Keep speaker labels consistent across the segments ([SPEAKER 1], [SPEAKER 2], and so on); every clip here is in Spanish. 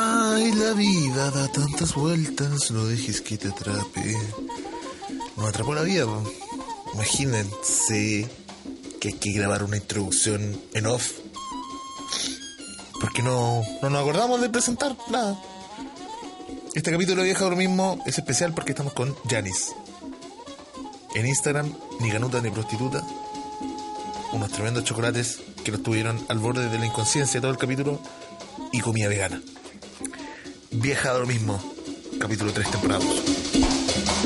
[SPEAKER 1] La vida da tantas vueltas, no dejes que te atrape. Nos atrapó la vida, po. Imagínense que hay que grabar una introducción en off. Porque no, no nos acordamos de presentar nada. Este capítulo de Vieja ahora mismo es especial porque estamos con Janis. En Instagram, ni ganuta ni prostituta. Unos tremendos chocolates que nos tuvieron al borde de la inconsciencia todo el capítulo. Y comida vegana. Vieja ahora mismo, capítulo 3, temporada dos.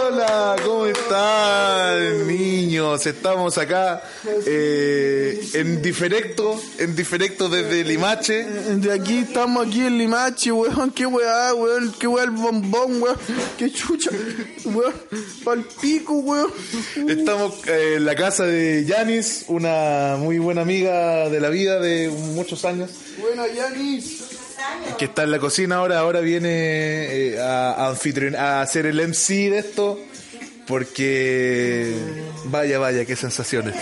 [SPEAKER 2] Hola, ¿cómo están, niños? Estamos acá eh, en diferecto, en diferecto desde Limache.
[SPEAKER 3] De aquí estamos aquí en Limache, weón, qué weá, weón, qué weá el bombón, weón, qué chucha, weón, pa'l pico, weón.
[SPEAKER 2] Estamos eh, en la casa de Yanis, una muy buena amiga de la vida de muchos años,
[SPEAKER 3] Buena, Yanis.
[SPEAKER 2] que está en la cocina ahora, ahora viene eh, a, a anfitrion- a hacer el MC de esto, porque vaya, vaya, qué sensaciones.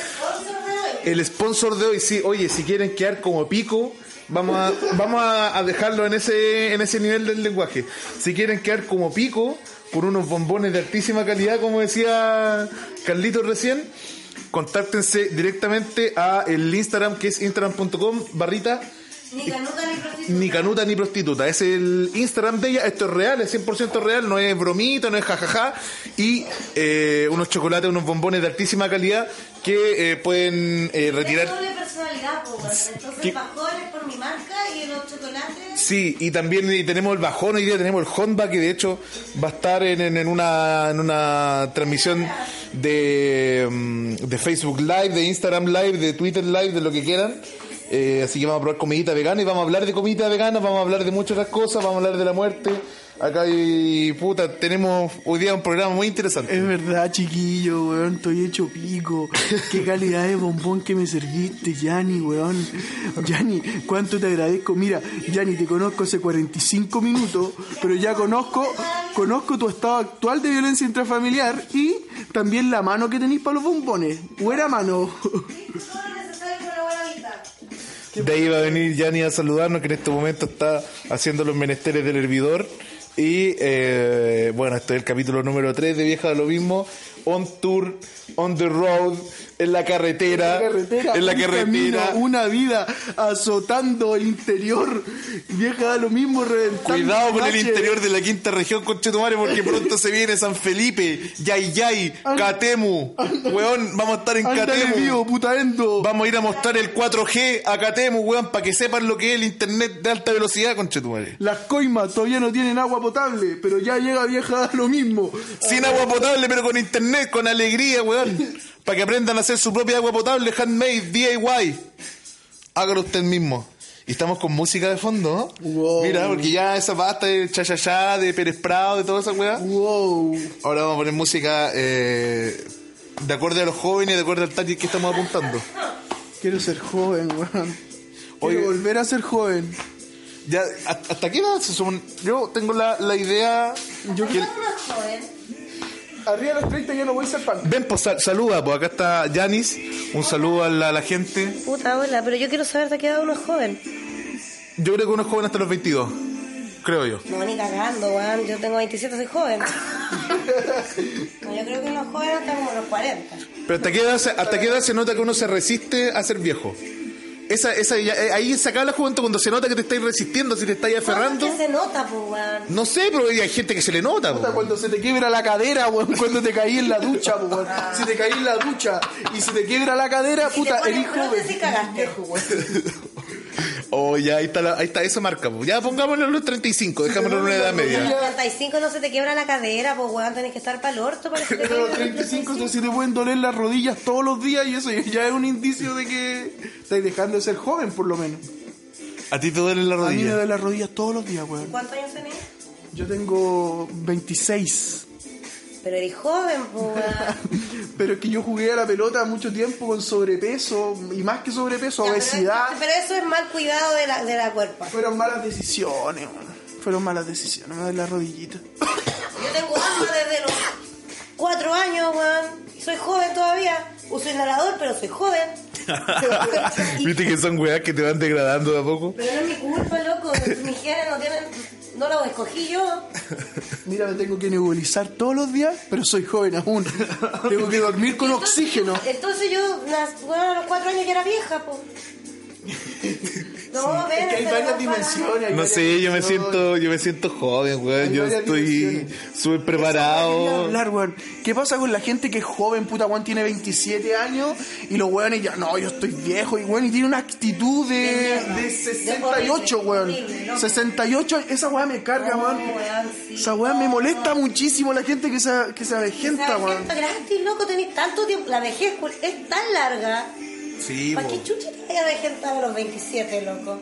[SPEAKER 2] El sponsor de hoy, sí, oye, si quieren quedar como pico, vamos a, vamos a, a dejarlo en ese, en ese nivel del lenguaje. Si quieren quedar como pico, por unos bombones de altísima calidad, como decía Carlito recién, contáctense directamente a el Instagram, que es instagram.com barrita
[SPEAKER 4] Ni canuta ni prostituta.
[SPEAKER 2] ni canuta ni prostituta. Es el Instagram de ella. Esto es real, es 100% real. No es bromita, no es jajaja. Y eh, unos chocolates, unos bombones de altísima calidad que eh, pueden eh,
[SPEAKER 4] Tengo
[SPEAKER 2] retirar.
[SPEAKER 4] doble personalidad, po, weón. Entonces,
[SPEAKER 2] ¿Qué?
[SPEAKER 4] bajones por mi marca y los chocolates.
[SPEAKER 2] Sí, y también eh, tenemos el bajón hoy día, tenemos el Honda que de hecho va a estar en, en- en una, en una transmisión de, mm, de Facebook Live, de Instagram Live, de Twitter Live, de lo que quieran. Eh, así que vamos a probar comidita vegana y vamos a hablar de comidita vegana, vamos a hablar de muchas otras cosas, vamos a hablar de la muerte. Acá hay puta, tenemos hoy día un programa muy interesante.
[SPEAKER 3] Es verdad, chiquillo, weón, estoy hecho pico. Qué calidad de bombón que me serviste, Yanni, weón. Yanni, cuánto te agradezco. Mira, Yanni, te conozco hace 45 minutos, pero ya conozco, conozco tu estado actual de violencia intrafamiliar y también la mano que tenéis para los bombones. Buena mano.
[SPEAKER 4] Todo lo necesario para la buena vida.
[SPEAKER 2] De ahí va a venir Yanni a saludarnos, que en este momento está haciendo los menesteres del hervidor. Y eh, bueno, este es el capítulo número 3 de Vieja de lo mismo. On tour, on the road, en la carretera. En la
[SPEAKER 3] un
[SPEAKER 2] carretera.
[SPEAKER 3] camino, una vida azotando el interior. Vieja, da lo mismo reventando.
[SPEAKER 2] Cuidado con el
[SPEAKER 3] baches.
[SPEAKER 2] interior de la quinta región, conchetumare, porque pronto se viene San Felipe, Yayay,
[SPEAKER 3] Anda.
[SPEAKER 2] Catemu. Weón, vamos a estar en
[SPEAKER 3] Ándale,
[SPEAKER 2] Catemu.
[SPEAKER 3] vivo, puta endo.
[SPEAKER 2] Vamos a ir a mostrar el 4G a Catemu, weón, para que sepan lo que es el internet de alta velocidad, conchetumare.
[SPEAKER 3] Las coimas todavía no tienen agua potable, pero ya llega vieja da lo mismo.
[SPEAKER 2] Sin agua potable, pero con internet, con alegría, weón. Para que aprendan a hacer su propia agua potable, handmade, DIY. Hágalo usted mismo. Y estamos con música de fondo, ¿no?
[SPEAKER 3] Wow.
[SPEAKER 2] Mira, porque ya esa pasta de chachachá, de Pérez Prado, de toda esa weá.
[SPEAKER 3] Wow.
[SPEAKER 2] Ahora vamos a poner música eh, de acuerdo a los jóvenes, de acuerdo al target que estamos apuntando.
[SPEAKER 3] Quiero ser joven, weón. Quiero
[SPEAKER 2] Oye.
[SPEAKER 3] volver a ser joven.
[SPEAKER 2] Ya, ¿hasta hasta qué edad se supone? Yo tengo la, la idea...
[SPEAKER 3] Yo-
[SPEAKER 2] que-
[SPEAKER 4] Uno es joven.
[SPEAKER 3] Arriba de los 30 ya no voy a ser pan.
[SPEAKER 2] Ven, pues sal- saluda, pues acá está Yanis. Un saludo a la- a la gente.
[SPEAKER 4] Puta, hola, pero yo quiero saber de qué edad uno es joven.
[SPEAKER 2] Yo creo que uno es joven hasta los 22, creo yo.
[SPEAKER 4] No, ni cagando, weón. Yo tengo 27, soy joven. No, yo creo que uno es joven hasta como los 40.
[SPEAKER 2] Pero hasta qué edad se, hasta qué edad se nota que uno se resiste a ser viejo. Esa, esa, ya- eh, ahí se acaba la juventud cuando se nota que te estáis resistiendo, si te estáis aferrando.
[SPEAKER 4] ¿Qué se nota, pues, weón?
[SPEAKER 2] No sé, pero hay gente que se le nota. po.
[SPEAKER 3] Cuando se te quiebra la cadera, weón. Cuando te caí en la ducha, weón. Si te caí en la ducha y se te quiebra la cadera,
[SPEAKER 4] Si te
[SPEAKER 3] puta,
[SPEAKER 4] pones
[SPEAKER 3] eres
[SPEAKER 4] cruz,
[SPEAKER 3] joven.
[SPEAKER 4] sí cagaste.
[SPEAKER 3] Viejo, weón.
[SPEAKER 2] Oh, ya, ahí está, la- ahí está esa marca. po. Ya pongámoslo en los 35, dejémoslo en una edad
[SPEAKER 4] A los
[SPEAKER 2] media.
[SPEAKER 4] 35 no se te quiebra la cadera, pues, weón. Tenés que estar para el orto para que se te
[SPEAKER 3] A
[SPEAKER 4] quiebre
[SPEAKER 3] los
[SPEAKER 4] la
[SPEAKER 3] 35 se se te pueden doler las rodillas todos los días y eso ya es un indicio de que estáis dejando de ser joven, por lo menos.
[SPEAKER 2] A ti te duelen las
[SPEAKER 3] A mí me
[SPEAKER 2] rodillas.
[SPEAKER 3] duelen las rodillas todos los días, weón.
[SPEAKER 4] ¿Cuántos años tenés?
[SPEAKER 3] Yo tengo 26.
[SPEAKER 4] Pero eres joven, pues, weón.
[SPEAKER 3] Pero es que yo jugué a la pelota mucho tiempo con sobrepeso, y más que sobrepeso,
[SPEAKER 4] Ya, pero-
[SPEAKER 3] obesidad.
[SPEAKER 4] Pero, eso es mal cuidado de la, de la cuerpa.
[SPEAKER 3] Fueron malas decisiones, weón. Fueron malas decisiones, me duelen las rodillitas.
[SPEAKER 4] tengo asma desde los cuatro años, weón. Soy joven todavía. Uso inhalador, pero soy joven. Y-
[SPEAKER 2] Viste que son weas que te van degradando de a poco.
[SPEAKER 4] pero no es mi culpa, loco. Mis genes no tienen... No los escogí yo.
[SPEAKER 3] Mira, me tengo que nebulizar todos los días, pero soy joven aún. Tengo que dormir con
[SPEAKER 4] Entonces-
[SPEAKER 3] oxígeno.
[SPEAKER 4] Entonces yo, las- bueno, a los cuatro años ya era vieja, po. No, ven,
[SPEAKER 3] Es que hay
[SPEAKER 4] esta
[SPEAKER 3] varias
[SPEAKER 4] weá es
[SPEAKER 3] dimensiones. hay
[SPEAKER 2] No
[SPEAKER 3] varias
[SPEAKER 2] sé, yo me
[SPEAKER 3] dimensiones.
[SPEAKER 2] siento, yo me siento joven, weón.
[SPEAKER 3] Hay
[SPEAKER 2] Yo
[SPEAKER 3] varias
[SPEAKER 2] estoy
[SPEAKER 3] dimensiones.
[SPEAKER 2] súper
[SPEAKER 3] Quería
[SPEAKER 2] preparado.
[SPEAKER 3] hablar, weón. ¿Qué pasa con la gente que es joven, puta, weón, tiene 27 años y los weones ya, no, yo estoy viejo y weón, y tiene una actitud de, de 68, weón. 68, esa weá me carga,
[SPEAKER 4] No,
[SPEAKER 3] weón.
[SPEAKER 4] weón, sí.
[SPEAKER 3] Esa weá me molesta muchísimo la gente que se, que se avejenta,
[SPEAKER 4] La
[SPEAKER 3] weón.
[SPEAKER 4] vejez gratis, loco, tenéis tanto tiempo. La vejez cul- es tan larga.
[SPEAKER 2] Sí,
[SPEAKER 4] ¿Para qué chucha te vayas a avejentar a los 27, loco?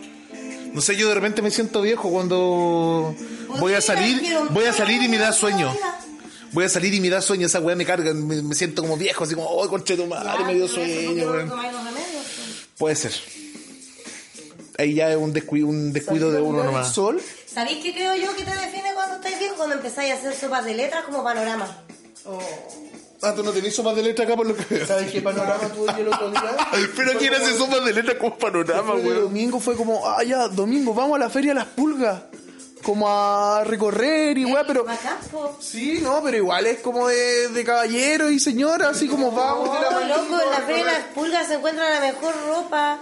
[SPEAKER 1] No sé, yo de repente me siento viejo cuando voy a salir, voy a salir y me da sueño. Voy a salir y me da sueño, esa weá me carga, me, me siento como viejo, así como, oh, conche tu madre, me dio sueño, weón. Puede ser. Ahí ya es un, descuido, un descuido de uno
[SPEAKER 3] El
[SPEAKER 1] nomás.
[SPEAKER 3] sol,
[SPEAKER 4] ¿Sabéis qué creo yo que te define cuando estáis viejo? Cuando empezáis a hacer sopas de letras como panorama.
[SPEAKER 1] Ah, tú no tenés sopas de letra acá por lo que veo.
[SPEAKER 3] ¿sabes qué panorama tuve yo el otro día?
[SPEAKER 1] Pero ¿quién hace sopas de letra como panorama,
[SPEAKER 3] Fue de
[SPEAKER 1] weón?
[SPEAKER 3] domingo fue como, ah, ya, domingo, vamos a la feria de las pulgas. Como a recorrer y weá, pero.
[SPEAKER 4] Bacán, po.
[SPEAKER 3] Sí, no, pero igual es como de, de caballero y señora, así como
[SPEAKER 1] Ah,
[SPEAKER 3] vamos de la
[SPEAKER 4] No,
[SPEAKER 3] manito,
[SPEAKER 4] Oh, loco, en la
[SPEAKER 3] ¿no?
[SPEAKER 4] feria de las pulgas se encuentra la mejor ropa.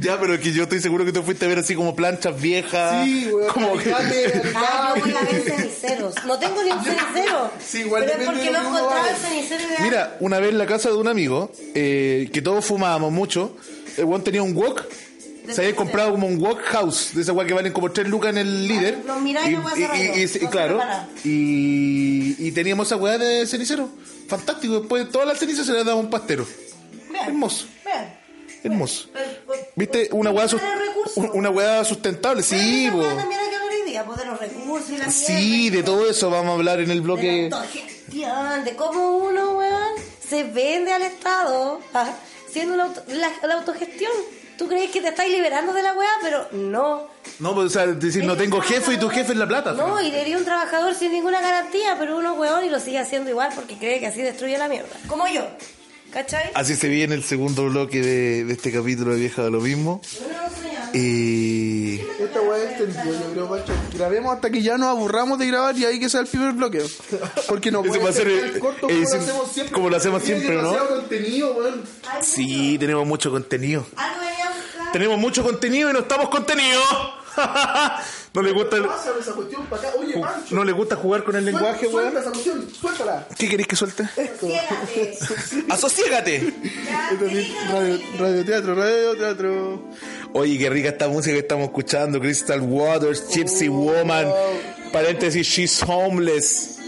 [SPEAKER 1] Ya, pero que yo estoy seguro que tú fuiste a ver así como planchas viejas.
[SPEAKER 3] Sí, weón.
[SPEAKER 1] Como que...
[SPEAKER 3] alicate,
[SPEAKER 4] Ah, yo voy a ver
[SPEAKER 3] alicate.
[SPEAKER 4] ceniceros. No tengo ni un cenicero.
[SPEAKER 3] Sí, igual
[SPEAKER 4] Pero es
[SPEAKER 3] depende
[SPEAKER 4] porque
[SPEAKER 3] de
[SPEAKER 4] no
[SPEAKER 3] lo que uno
[SPEAKER 4] encontraba el
[SPEAKER 3] vaya.
[SPEAKER 4] cenicero ideal.
[SPEAKER 1] Mira, una vez en la casa de un amigo, eh, que todos fumábamos mucho, el weón tenía un wok. Se había comprado como un wok house, de esa weá que valen como 3 lucas en
[SPEAKER 4] Ah,
[SPEAKER 1] el líder.
[SPEAKER 4] los miráis, la weá
[SPEAKER 1] y,
[SPEAKER 4] se rayó,
[SPEAKER 1] y- y- sí,
[SPEAKER 4] no se
[SPEAKER 1] claro.
[SPEAKER 4] prepara.
[SPEAKER 1] Y, y teníamos esa weá de cenicero. Fantástico. Después todas las cenizas se las daba un pastero.
[SPEAKER 4] Vean,
[SPEAKER 1] hermoso.
[SPEAKER 4] vean.
[SPEAKER 1] Hermoso.
[SPEAKER 4] Pero, pues,
[SPEAKER 1] ¿Viste? Una weá, sus-
[SPEAKER 4] de los recursos.
[SPEAKER 1] un- una weá sustentable.
[SPEAKER 4] Pero
[SPEAKER 1] Sí,
[SPEAKER 4] esa
[SPEAKER 1] po.
[SPEAKER 4] weá También hay que hablar hoy día, pues, de los recursos y la
[SPEAKER 1] Sí,
[SPEAKER 4] mierda,
[SPEAKER 1] de todo eso vamos a hablar en el
[SPEAKER 4] de
[SPEAKER 1] bloque.
[SPEAKER 4] la autogestión, de cómo uno, weón, se vende al Estado ah, siendo una auto- la, la autogestión. Tú crees que te estás liberando de la weá, pero no.
[SPEAKER 1] No, pues, o sea, decir, no
[SPEAKER 4] Eres
[SPEAKER 1] tengo
[SPEAKER 4] un
[SPEAKER 1] jefe y tu
[SPEAKER 4] trabajador-
[SPEAKER 1] jefe es la plata.
[SPEAKER 4] No, y sería un trabajador sin ninguna garantía, pero uno hueón y lo sigue haciendo igual porque cree que así destruye la mierda. Como yo. ¿Cachai?
[SPEAKER 1] Así se viene el segundo bloque de, de este capítulo de Vieja de lo mismo. Y.
[SPEAKER 3] Esta weá es tendido, yo creo, macho. Grabemos hasta que ya nos aburramos de grabar y ahí que sea el primer bloqueo. Porque no
[SPEAKER 1] Eso
[SPEAKER 3] puede
[SPEAKER 1] va a ser,
[SPEAKER 3] ser tan
[SPEAKER 1] eh,
[SPEAKER 3] corto
[SPEAKER 1] eh,
[SPEAKER 3] como
[SPEAKER 1] sí,
[SPEAKER 3] lo hacemos siempre.
[SPEAKER 1] como lo hacemos
[SPEAKER 3] Tiene
[SPEAKER 1] siempre, ¿no?
[SPEAKER 3] demasiado contenido, weón.
[SPEAKER 1] Sí, tenemos mucho contenido.
[SPEAKER 4] Algo venía a buscar.
[SPEAKER 1] Tenemos mucho contenido y no estamos contenidos. no le gusta
[SPEAKER 3] Pásame esa cuestión para acá. Oye, Pancho.
[SPEAKER 1] no le gusta jugar con el lenguaje,
[SPEAKER 3] suelta,
[SPEAKER 1] weón.
[SPEAKER 3] suelta esa cuestión, suéltala.
[SPEAKER 1] ¿Qué queréis que suelte?
[SPEAKER 4] Ciérrate.
[SPEAKER 1] ¡Asociégate!
[SPEAKER 4] eh. Ya, dígalo,
[SPEAKER 3] Radio,
[SPEAKER 4] sí.
[SPEAKER 3] radioteatro, radioteatro.
[SPEAKER 1] Oye, qué rica esta música que estamos escuchando. Crystal Waters, Gypsy Woman. Paréntesis, She's Homeless.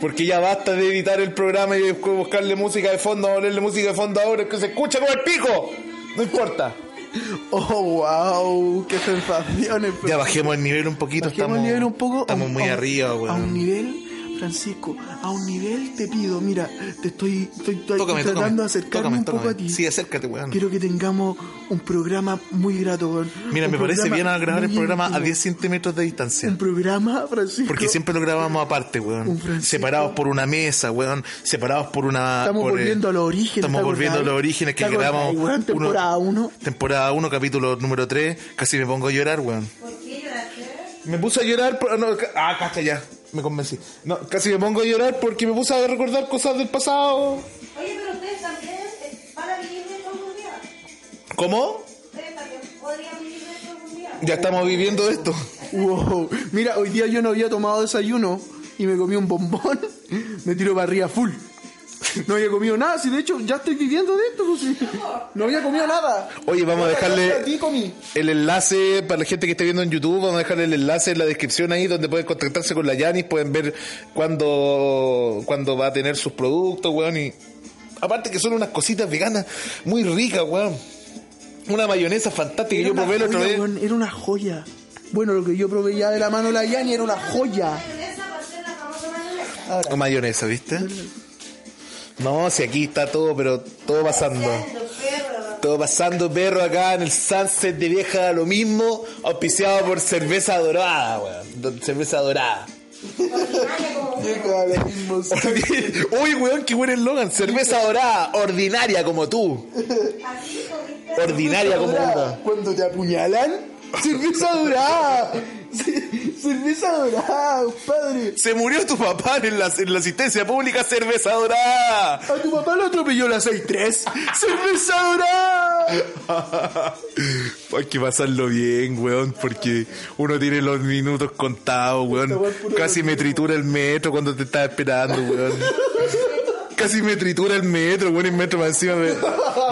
[SPEAKER 1] Porque ya basta de editar el programa y de buscarle música de fondo, ponerle música de fondo ahora, es que se escucha como el pico. No importa.
[SPEAKER 3] Oh, wow, qué sensaciones.
[SPEAKER 1] Ya bajemos el nivel un poquito.
[SPEAKER 3] Bajemos
[SPEAKER 1] estamos,
[SPEAKER 3] el nivel un poco. a
[SPEAKER 1] Estamos
[SPEAKER 3] un-
[SPEAKER 1] muy
[SPEAKER 3] a un-
[SPEAKER 1] arriba,
[SPEAKER 3] A un
[SPEAKER 1] weón.
[SPEAKER 3] nivel, Francisco, a un nivel te pido, mira, te estoy, estoy, estoy
[SPEAKER 1] Tócame,
[SPEAKER 3] tratando
[SPEAKER 1] tócame.
[SPEAKER 3] de acercarme
[SPEAKER 1] tócame,
[SPEAKER 3] un poco
[SPEAKER 1] tócame.
[SPEAKER 3] a ti.
[SPEAKER 1] Sí, acércate, weón.
[SPEAKER 3] Quiero que tengamos un programa muy grato, weón.
[SPEAKER 1] Mira,
[SPEAKER 3] Un
[SPEAKER 1] me parece
[SPEAKER 3] programa
[SPEAKER 1] bien a grabar el
[SPEAKER 3] muy
[SPEAKER 1] programa a
[SPEAKER 3] íntimo.
[SPEAKER 1] 10 centímetros de
[SPEAKER 3] Un
[SPEAKER 1] distancia.
[SPEAKER 3] programa, Francisco.
[SPEAKER 1] Porque siempre lo grabamos aparte,
[SPEAKER 3] Un
[SPEAKER 1] weón.
[SPEAKER 3] Francisco.
[SPEAKER 1] Separados por una mesa, weón. Separados por una.
[SPEAKER 3] Estamos
[SPEAKER 1] por, eh,
[SPEAKER 3] volviendo a los orígenes.
[SPEAKER 1] Estamos
[SPEAKER 3] ¿te
[SPEAKER 1] volviendo a
[SPEAKER 3] acordás?
[SPEAKER 1] los orígenes que
[SPEAKER 3] ¿Te acordás,
[SPEAKER 1] grabamos.
[SPEAKER 3] weón?
[SPEAKER 1] uno-
[SPEAKER 3] temporada 1.
[SPEAKER 1] Temporada 1, capítulo número 3. Casi me pongo a llorar, weón.
[SPEAKER 4] ¿Por qué lloraste?
[SPEAKER 1] Me puse a llorar. por- no, ca- ah, cacha, ya. Me convencí. No, casi me pongo a llorar porque me puse a recordar cosas del pasado.
[SPEAKER 4] Oye, pero ustedes también eh, van a vivir de esto algún día.
[SPEAKER 1] ¿Cómo?
[SPEAKER 4] Ustedes también podrían vivir de esto algún día.
[SPEAKER 1] Ya estamos viviendo esto.
[SPEAKER 3] Wow. Mira, hoy día yo no había tomado desayuno y me comí un bombón. Me tiro para arriba full. No había comido nada, si de hecho ya estoy viviendo de esto. pues, sí. No había comido nada.
[SPEAKER 1] Oye, vamos a
[SPEAKER 3] A
[SPEAKER 1] dejarle
[SPEAKER 3] ti comí.
[SPEAKER 1] el enlace para la gente que esté viendo en YouTube. Vamos a dejarle el enlace en la descripción ahí donde pueden contactarse con la Yanis. Pueden ver cuándo, cuándo va a tener sus productos, weón. Y aparte que son unas cositas veganas muy ricas, weón. Una mayonesa fantástica que yo
[SPEAKER 3] Era
[SPEAKER 1] probé la
[SPEAKER 3] una
[SPEAKER 1] otra
[SPEAKER 3] joya,
[SPEAKER 1] vez.
[SPEAKER 3] weón, Era una joya. Bueno, lo que yo probé ya de la mano de la Yani era una joya.
[SPEAKER 4] Mayonesa va a ser la famosa mayonesa.
[SPEAKER 1] Una Mayonesa, ¿viste? No, si aquí está todo, pero todo pasando.
[SPEAKER 4] Los perros.
[SPEAKER 1] Todo pasando perro acá en el sunset de vieja lo mismo, auspiciado por cerveza dorada, weón. Do- Cerveza dorada.
[SPEAKER 4] ordinaria como uno.
[SPEAKER 1] Uy, weón, qué buen eslogan. Cerveza dorada, ordinaria como tú.
[SPEAKER 4] Así, con-
[SPEAKER 1] Ordinaria como
[SPEAKER 3] Ahora,
[SPEAKER 1] uno.
[SPEAKER 3] Cuando te apuñalan, cerveza dorada. Ce- Cerveza dorada, padre.
[SPEAKER 1] Se murió tu papá en la, en la asistencia pública, cerveza dorada.
[SPEAKER 3] A tu papá lo atropelló la 6-3. Cerveza dorada.
[SPEAKER 1] Hay que pasarlo bien, weón, porque uno tiene los minutos contados, weón. Casi me tritura el metro cuando te estaba esperando, weón. Casi me tritura el metro, weón, el metro más encima. me-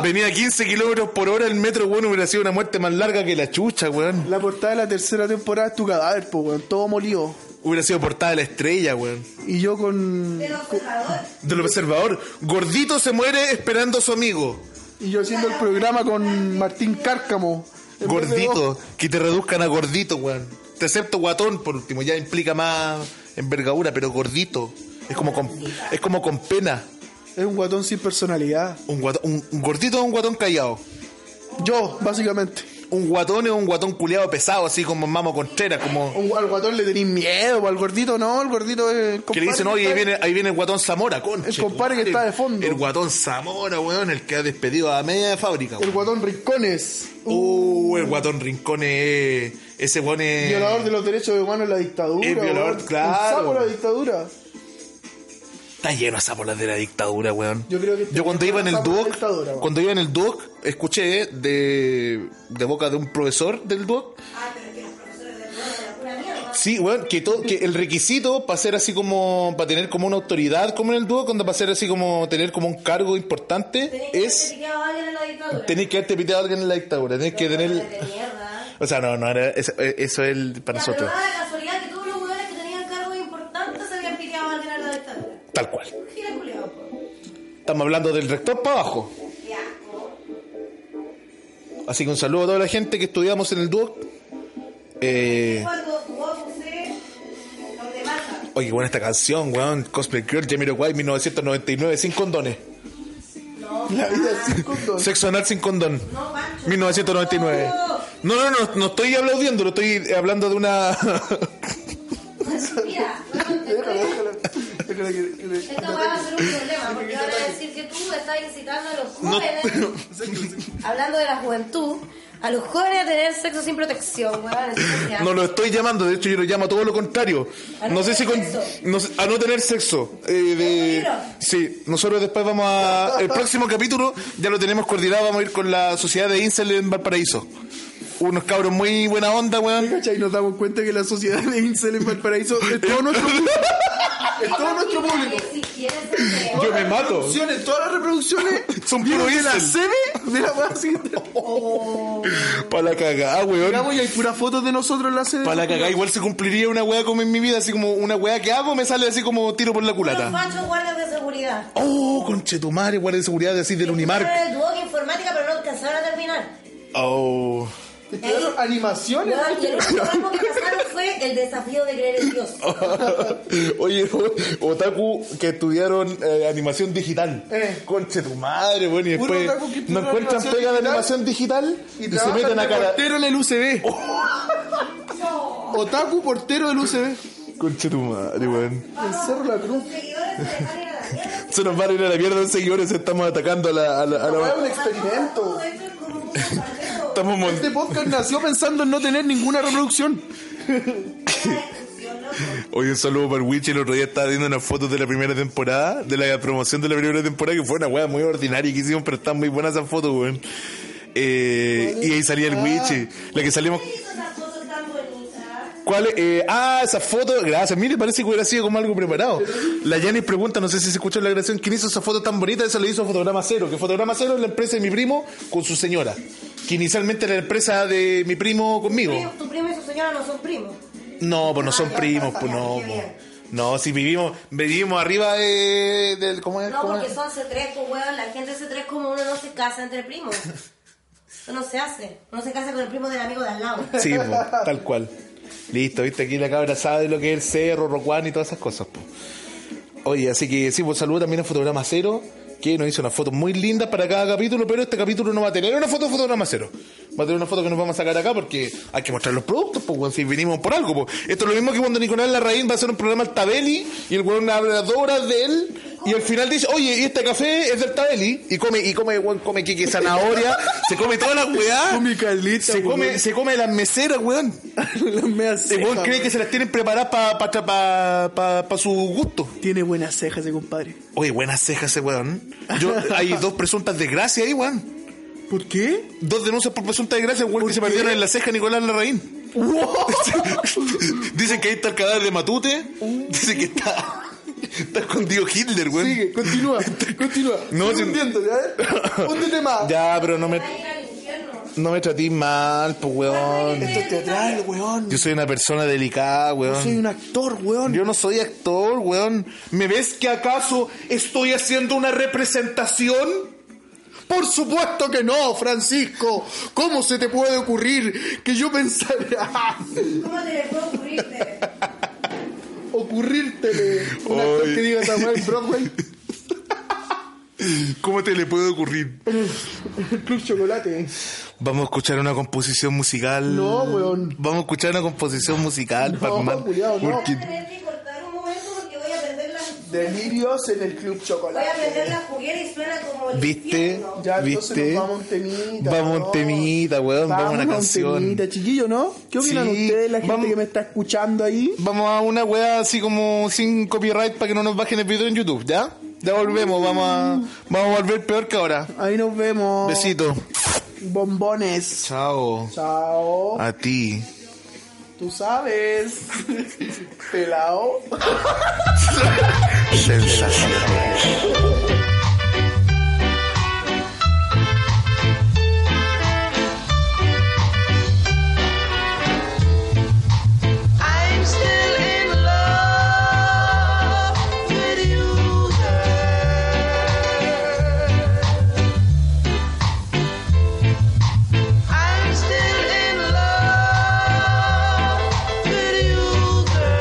[SPEAKER 1] Venía a 15 kilómetros por hora el metro, weón, hubiera sido una muerte más larga que la chucha, weón.
[SPEAKER 3] La portada de la tercera temporada es tu cadáver, po, weón. Todo molido.
[SPEAKER 1] Hubiera sido portada de la estrella, weón.
[SPEAKER 3] Y yo con.
[SPEAKER 4] Pero forrador.
[SPEAKER 1] Del observador, gordito se muere esperando a su amigo.
[SPEAKER 3] Y yo haciendo el programa con Martín Cárcamo. En vez de vos.
[SPEAKER 1] Gordito, que te reduzcan a gordito, weón. Te acepto guatón, por último, ya implica más envergadura, pero gordito. Es como con, es como con pena.
[SPEAKER 3] Es un guatón sin personalidad.
[SPEAKER 1] Un, guato- un, un gordito es un guatón callado.
[SPEAKER 3] Yo, básicamente.
[SPEAKER 1] Un guatón es un guatón culeado pesado, así como Mamo Contreras, como
[SPEAKER 3] Un- Al guatón le tenéis miedo, al gordito no, al gordito es. el
[SPEAKER 1] que le dicen,
[SPEAKER 3] compadre
[SPEAKER 1] oye,
[SPEAKER 3] que
[SPEAKER 1] ahí
[SPEAKER 3] está-
[SPEAKER 1] viene, ahí viene el guatón Zamora, conche.
[SPEAKER 3] El compadre que
[SPEAKER 1] tu madre.
[SPEAKER 3] está de fondo.
[SPEAKER 1] El guatón Zamora, weón, el que ha despedido a media fábrica.
[SPEAKER 3] El
[SPEAKER 1] weón.
[SPEAKER 3] guatón Rincones.
[SPEAKER 1] Uh, el guatón Rincón es... Ese weón es...
[SPEAKER 3] Violador de los derechos humanos en la dictadura.
[SPEAKER 1] El Eh. violador,
[SPEAKER 3] weón.
[SPEAKER 1] claro.
[SPEAKER 3] Un sapo en la dictadura.
[SPEAKER 1] Está lleno esa bola de la dictadura, weón.
[SPEAKER 3] Yo creo que está
[SPEAKER 1] Yo cuando iba en el
[SPEAKER 3] lleno de
[SPEAKER 1] DUOC,
[SPEAKER 3] dictadura, weón.
[SPEAKER 1] cuando iba en el DUOC, escuché de, de boca de un profesor del DUOC,
[SPEAKER 4] Ah, pero es que los profesores de nuevo eran pura mierda.
[SPEAKER 1] sí, weón, que, todo, que el requisito para ser así como, para tener como una autoridad como en el DUOC, cuando para ser así como, tener como un cargo importante,
[SPEAKER 4] Tenés que
[SPEAKER 1] es,
[SPEAKER 4] haber pillado a alguien en la dictadura.
[SPEAKER 1] tenés que haberte piteado a alguien en la dictadura, tenés que
[SPEAKER 4] De
[SPEAKER 1] tener,
[SPEAKER 4] mierda.
[SPEAKER 1] o sea, no, no, era, eso, eso es el, para
[SPEAKER 4] Ya, pero
[SPEAKER 1] nosotros,
[SPEAKER 4] da la casualidad que todos los jugadores que tenían cargos importantes se habían piteado a alguien en la dictadura.
[SPEAKER 1] tal cual.
[SPEAKER 4] Gira culiao, po.
[SPEAKER 1] Estamos hablando del rector para abajo.
[SPEAKER 4] Qué asco.
[SPEAKER 1] Así que un saludo a toda la gente que estudiamos en el DUOC. Eh,
[SPEAKER 4] Cuando jugó José, donde mata.
[SPEAKER 1] Oye, qué buena esta canción, weón. Cosplay Girl, Jamiroquai, 1999, sin condones.
[SPEAKER 4] No,
[SPEAKER 3] La vida sin condón.
[SPEAKER 1] Sexo anal sin condón.
[SPEAKER 4] no, Pancho.
[SPEAKER 1] 1999. No, no, no, no estoy aplaudiendo, lo estoy hablando de una.
[SPEAKER 4] No, Mira,
[SPEAKER 3] Déjala, déjala. Déjala que- que le-
[SPEAKER 4] esto va a ser un problema, porque van a decir que tú estás incitando a los jóvenes, hablando de la juventud, a los jóvenes a tener sexo sin protección, weón. Eso es
[SPEAKER 1] No lo estoy llamando, de hecho yo lo llamo todo lo contrario.
[SPEAKER 4] A no
[SPEAKER 1] No sé si con.
[SPEAKER 4] tener
[SPEAKER 1] no sé- a no tener sexo. Eh, de- sí, nosotros después vamos a. El próximo capítulo ya lo tenemos coordinado, vamos a ir con la sociedad de Incel en Valparaíso. Unos cabros muy buena onda, weón.
[SPEAKER 3] Cacha, Y nos damos cuenta que la sociedad de Incel en Valparaíso es todo nuestro público. Es todo nuestro público.
[SPEAKER 4] público.
[SPEAKER 1] Yo me mato.
[SPEAKER 3] Reproducciones, todas las reproducciones
[SPEAKER 1] Son puro
[SPEAKER 3] de la
[SPEAKER 1] Incel.
[SPEAKER 3] CB de la weá siguiente.
[SPEAKER 1] Para la cagada, weón.
[SPEAKER 3] Cagamos y hay puras fotos de nosotros en la CB.
[SPEAKER 1] Para la cagada, igual se cumpliría una weá como en mi vida, así como una weá que hago me sale así como tiro por la
[SPEAKER 4] Los
[SPEAKER 1] culata.
[SPEAKER 4] machos guardias de seguridad.
[SPEAKER 1] Oh, conchetumare, guardia de seguridad así del Unimark.
[SPEAKER 4] Era el Duoc informática, pero no alcanzaron a terminar.
[SPEAKER 1] Oh.
[SPEAKER 3] Te quedaron animaciones.
[SPEAKER 4] Weón, Y el único rango que pasaron fue el desafío de creer en Dios.
[SPEAKER 1] Oye, otaku que estudiaron eh, animación digital.
[SPEAKER 3] Eh.
[SPEAKER 1] Conchetumare, bueno, y
[SPEAKER 3] Puro
[SPEAKER 1] después
[SPEAKER 3] otaku que estudió
[SPEAKER 1] no encuentran
[SPEAKER 3] animación
[SPEAKER 1] pega de
[SPEAKER 3] digital
[SPEAKER 1] animación digital y, se
[SPEAKER 3] trabajan
[SPEAKER 1] meten a
[SPEAKER 3] de
[SPEAKER 1] cara.
[SPEAKER 3] portero en el UCB. Otaku portero del UCB.
[SPEAKER 1] Conchetumare, weón.
[SPEAKER 3] En Cerro La Cruz.
[SPEAKER 4] Seguidores se dejaron ir a la mierda.
[SPEAKER 1] Se nos van a ir a la mierda en seguidores, estamos atacando a la. a la- a la-
[SPEAKER 3] Fue un experimento.
[SPEAKER 4] Esto es como un bombardeo.
[SPEAKER 1] Estamos mon-
[SPEAKER 3] Este podcast nació pensando en no tener ninguna reproducción.
[SPEAKER 1] Oye, un saludo para el Witch. El otro día estaba viendo unas fotos de la primera temporada, de la promoción de la primera temporada, que fue una weá muy ordinaria que hicimos, pero están muy buenas esas fotos, weón. Eh, y ahí salía el Witch. La que salimos.
[SPEAKER 4] ¿Qué hizo esas cosas tan bonitas?
[SPEAKER 1] ¿Cuál? es? Eh, ah, esa foto. Gracias. Mire, parece que hubiera sido como algo preparado. La Yanis pregunta, no sé si se escuchó en la grabación, ¿quién hizo esa foto tan bonita? Eso le hizo Fotograma Cero. Que Fotograma Cero es la empresa de mi primo con su señora. Que inicialmente era la empresa de mi primo conmigo.
[SPEAKER 4] Primo- Tu primo y su señora no son primos.
[SPEAKER 1] No, pues no son
[SPEAKER 4] Ah, ya,
[SPEAKER 1] primos,
[SPEAKER 4] ya,
[SPEAKER 1] pues
[SPEAKER 4] ya,
[SPEAKER 1] no.
[SPEAKER 4] qué
[SPEAKER 1] po.
[SPEAKER 4] bien.
[SPEAKER 1] No, si vivimos, vivimos arriba de, del- ¿cómo es?
[SPEAKER 4] No,
[SPEAKER 1] ¿Cómo
[SPEAKER 4] porque
[SPEAKER 1] es?
[SPEAKER 4] son C3, pues weón. La gente C3 como uno no se casa entre primos. Eso no se hace. Uno se casa con el primo del amigo de al lado.
[SPEAKER 1] Sí, po, tal cual. Listo, viste, aquí la cabra sabe lo que es el cerro, Rocuán y todas esas cosas, po. Oye, así que sí, pues saludo también a Fotograma Cero, qué? Nos hizo unas fotos muy lindas para cada capítulo, pero este capítulo no va a tener una foto fotograma cero. Va a tener una foto que nos vamos a sacar acá porque hay que mostrar los productos, pues, weón, si vinimos por algo, pues. Esto es lo mismo que cuando Nicolás Larraín va a hacer un programa al Tabeli y el weón habla dos horas de él y al final dice, oye, y este café es del Tabeli y come, y come, weón, come que zanahoria, se come toda la weá.
[SPEAKER 3] Come calita,
[SPEAKER 1] se come,
[SPEAKER 3] weón.
[SPEAKER 1] se come las meseras, weón.
[SPEAKER 3] Las medias
[SPEAKER 1] El weón
[SPEAKER 3] cejas,
[SPEAKER 1] cree que se pues, las tienen preparadas para pa, pa- pa- pa su gusto.
[SPEAKER 3] Tiene buenas cejas ese compadre.
[SPEAKER 1] Oye, buenas cejas ese weón. Yo, hay dos presuntas desgracias ahí, weón.
[SPEAKER 3] ¿Por qué?
[SPEAKER 1] Dos denuncias por presuntas desgracias, weón, que se
[SPEAKER 3] qué?
[SPEAKER 1] perdieron en la ceja a Nicolás Larraín. Dicen que ahí está el cadáver de Matute. Dicen que está, está escondido Hitler, weón.
[SPEAKER 3] Sigue, continúa, continúa.
[SPEAKER 1] No,
[SPEAKER 3] Sigue
[SPEAKER 1] si-
[SPEAKER 3] hundiéndote, a ver. Húndete más.
[SPEAKER 1] Ya, pero no me,
[SPEAKER 4] Va a ir al infierno.
[SPEAKER 1] no me tratís mal, pues, weón.
[SPEAKER 3] Esto es teatral, weón.
[SPEAKER 1] Yo soy una persona delicada, weón.
[SPEAKER 3] Soy un actor, weón.
[SPEAKER 1] Yo no soy actor, weón. ¿Me ves que acaso estoy haciendo una representación?
[SPEAKER 3] Por supuesto que no, Francisco. ¿Cómo se te puede ocurrir que yo pensara
[SPEAKER 4] ¿Cómo te le puede ocurrirte?
[SPEAKER 3] ocurrirte un actor
[SPEAKER 1] Ay.
[SPEAKER 3] que diga esa weá en Broadway?
[SPEAKER 1] ¿Cómo te le puede ocurrir?
[SPEAKER 3] El Club Chocolate.
[SPEAKER 1] Vamos a escuchar una composición musical.
[SPEAKER 3] No, weón.
[SPEAKER 1] Vamos a escuchar una composición musical,
[SPEAKER 3] No,
[SPEAKER 1] Pac-Man.
[SPEAKER 3] culiao, no.
[SPEAKER 4] Voy
[SPEAKER 1] Porque-
[SPEAKER 4] a tener que cortar un momento porque voy a perder la,
[SPEAKER 3] Delirios en el Club
[SPEAKER 4] voy a perder
[SPEAKER 3] Chocolate.
[SPEAKER 4] la juguera y suena como el
[SPEAKER 1] ¿Viste?
[SPEAKER 4] infierno.
[SPEAKER 3] Ya, entonces
[SPEAKER 1] ¿Viste?
[SPEAKER 3] nos vamos a un temita.
[SPEAKER 1] Vamos a un
[SPEAKER 3] ¿no?
[SPEAKER 1] temita, weón, vamos a una
[SPEAKER 3] un
[SPEAKER 1] canción.
[SPEAKER 3] temita, chiquillo, ¿no? ¿Qué opinan
[SPEAKER 1] Sí,
[SPEAKER 3] ustedes, la gente
[SPEAKER 1] vamos-
[SPEAKER 3] que me está escuchando ahí?
[SPEAKER 1] Vamos a una weá así como sin copyright para que no nos bajen el video en YouTube, ¿ya? Ya volvemos, vamos a, vamos a volver peor que ahora.
[SPEAKER 3] Ahí nos vemos.
[SPEAKER 1] Besito.
[SPEAKER 3] Bombones.
[SPEAKER 1] Chao.
[SPEAKER 3] Chao.
[SPEAKER 1] A ti.
[SPEAKER 3] Tú sabes. Pelao.
[SPEAKER 1] Sensaciones.
[SPEAKER 5] I'm still in love with you, girl. I'm still in love with you, girl.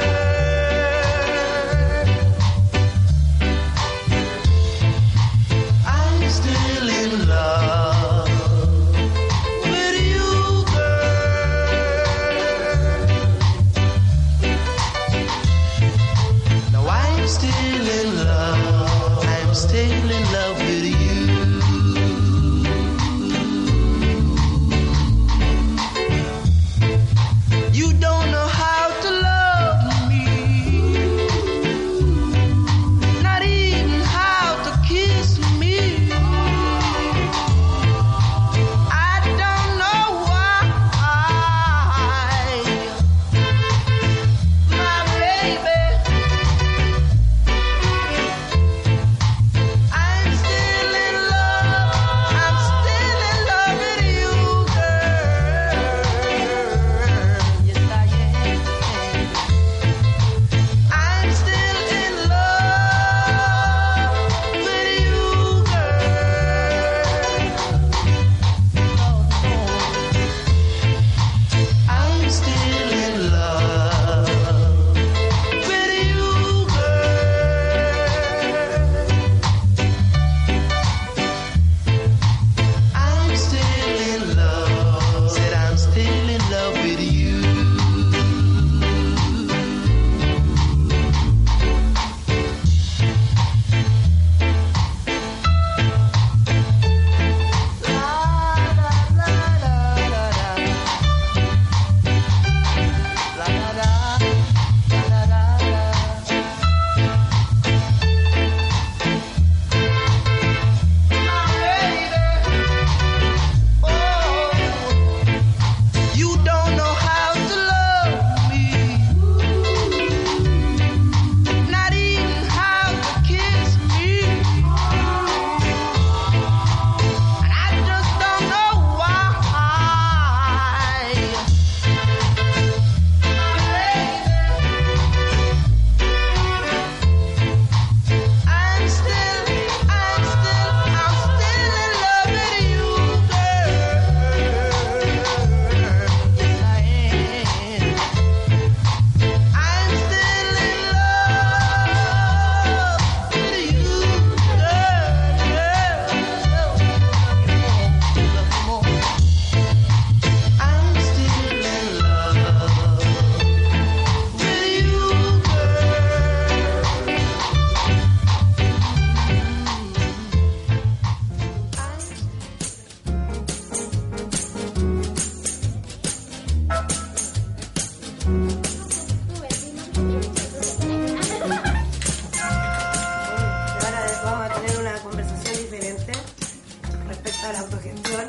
[SPEAKER 4] a la autogestión.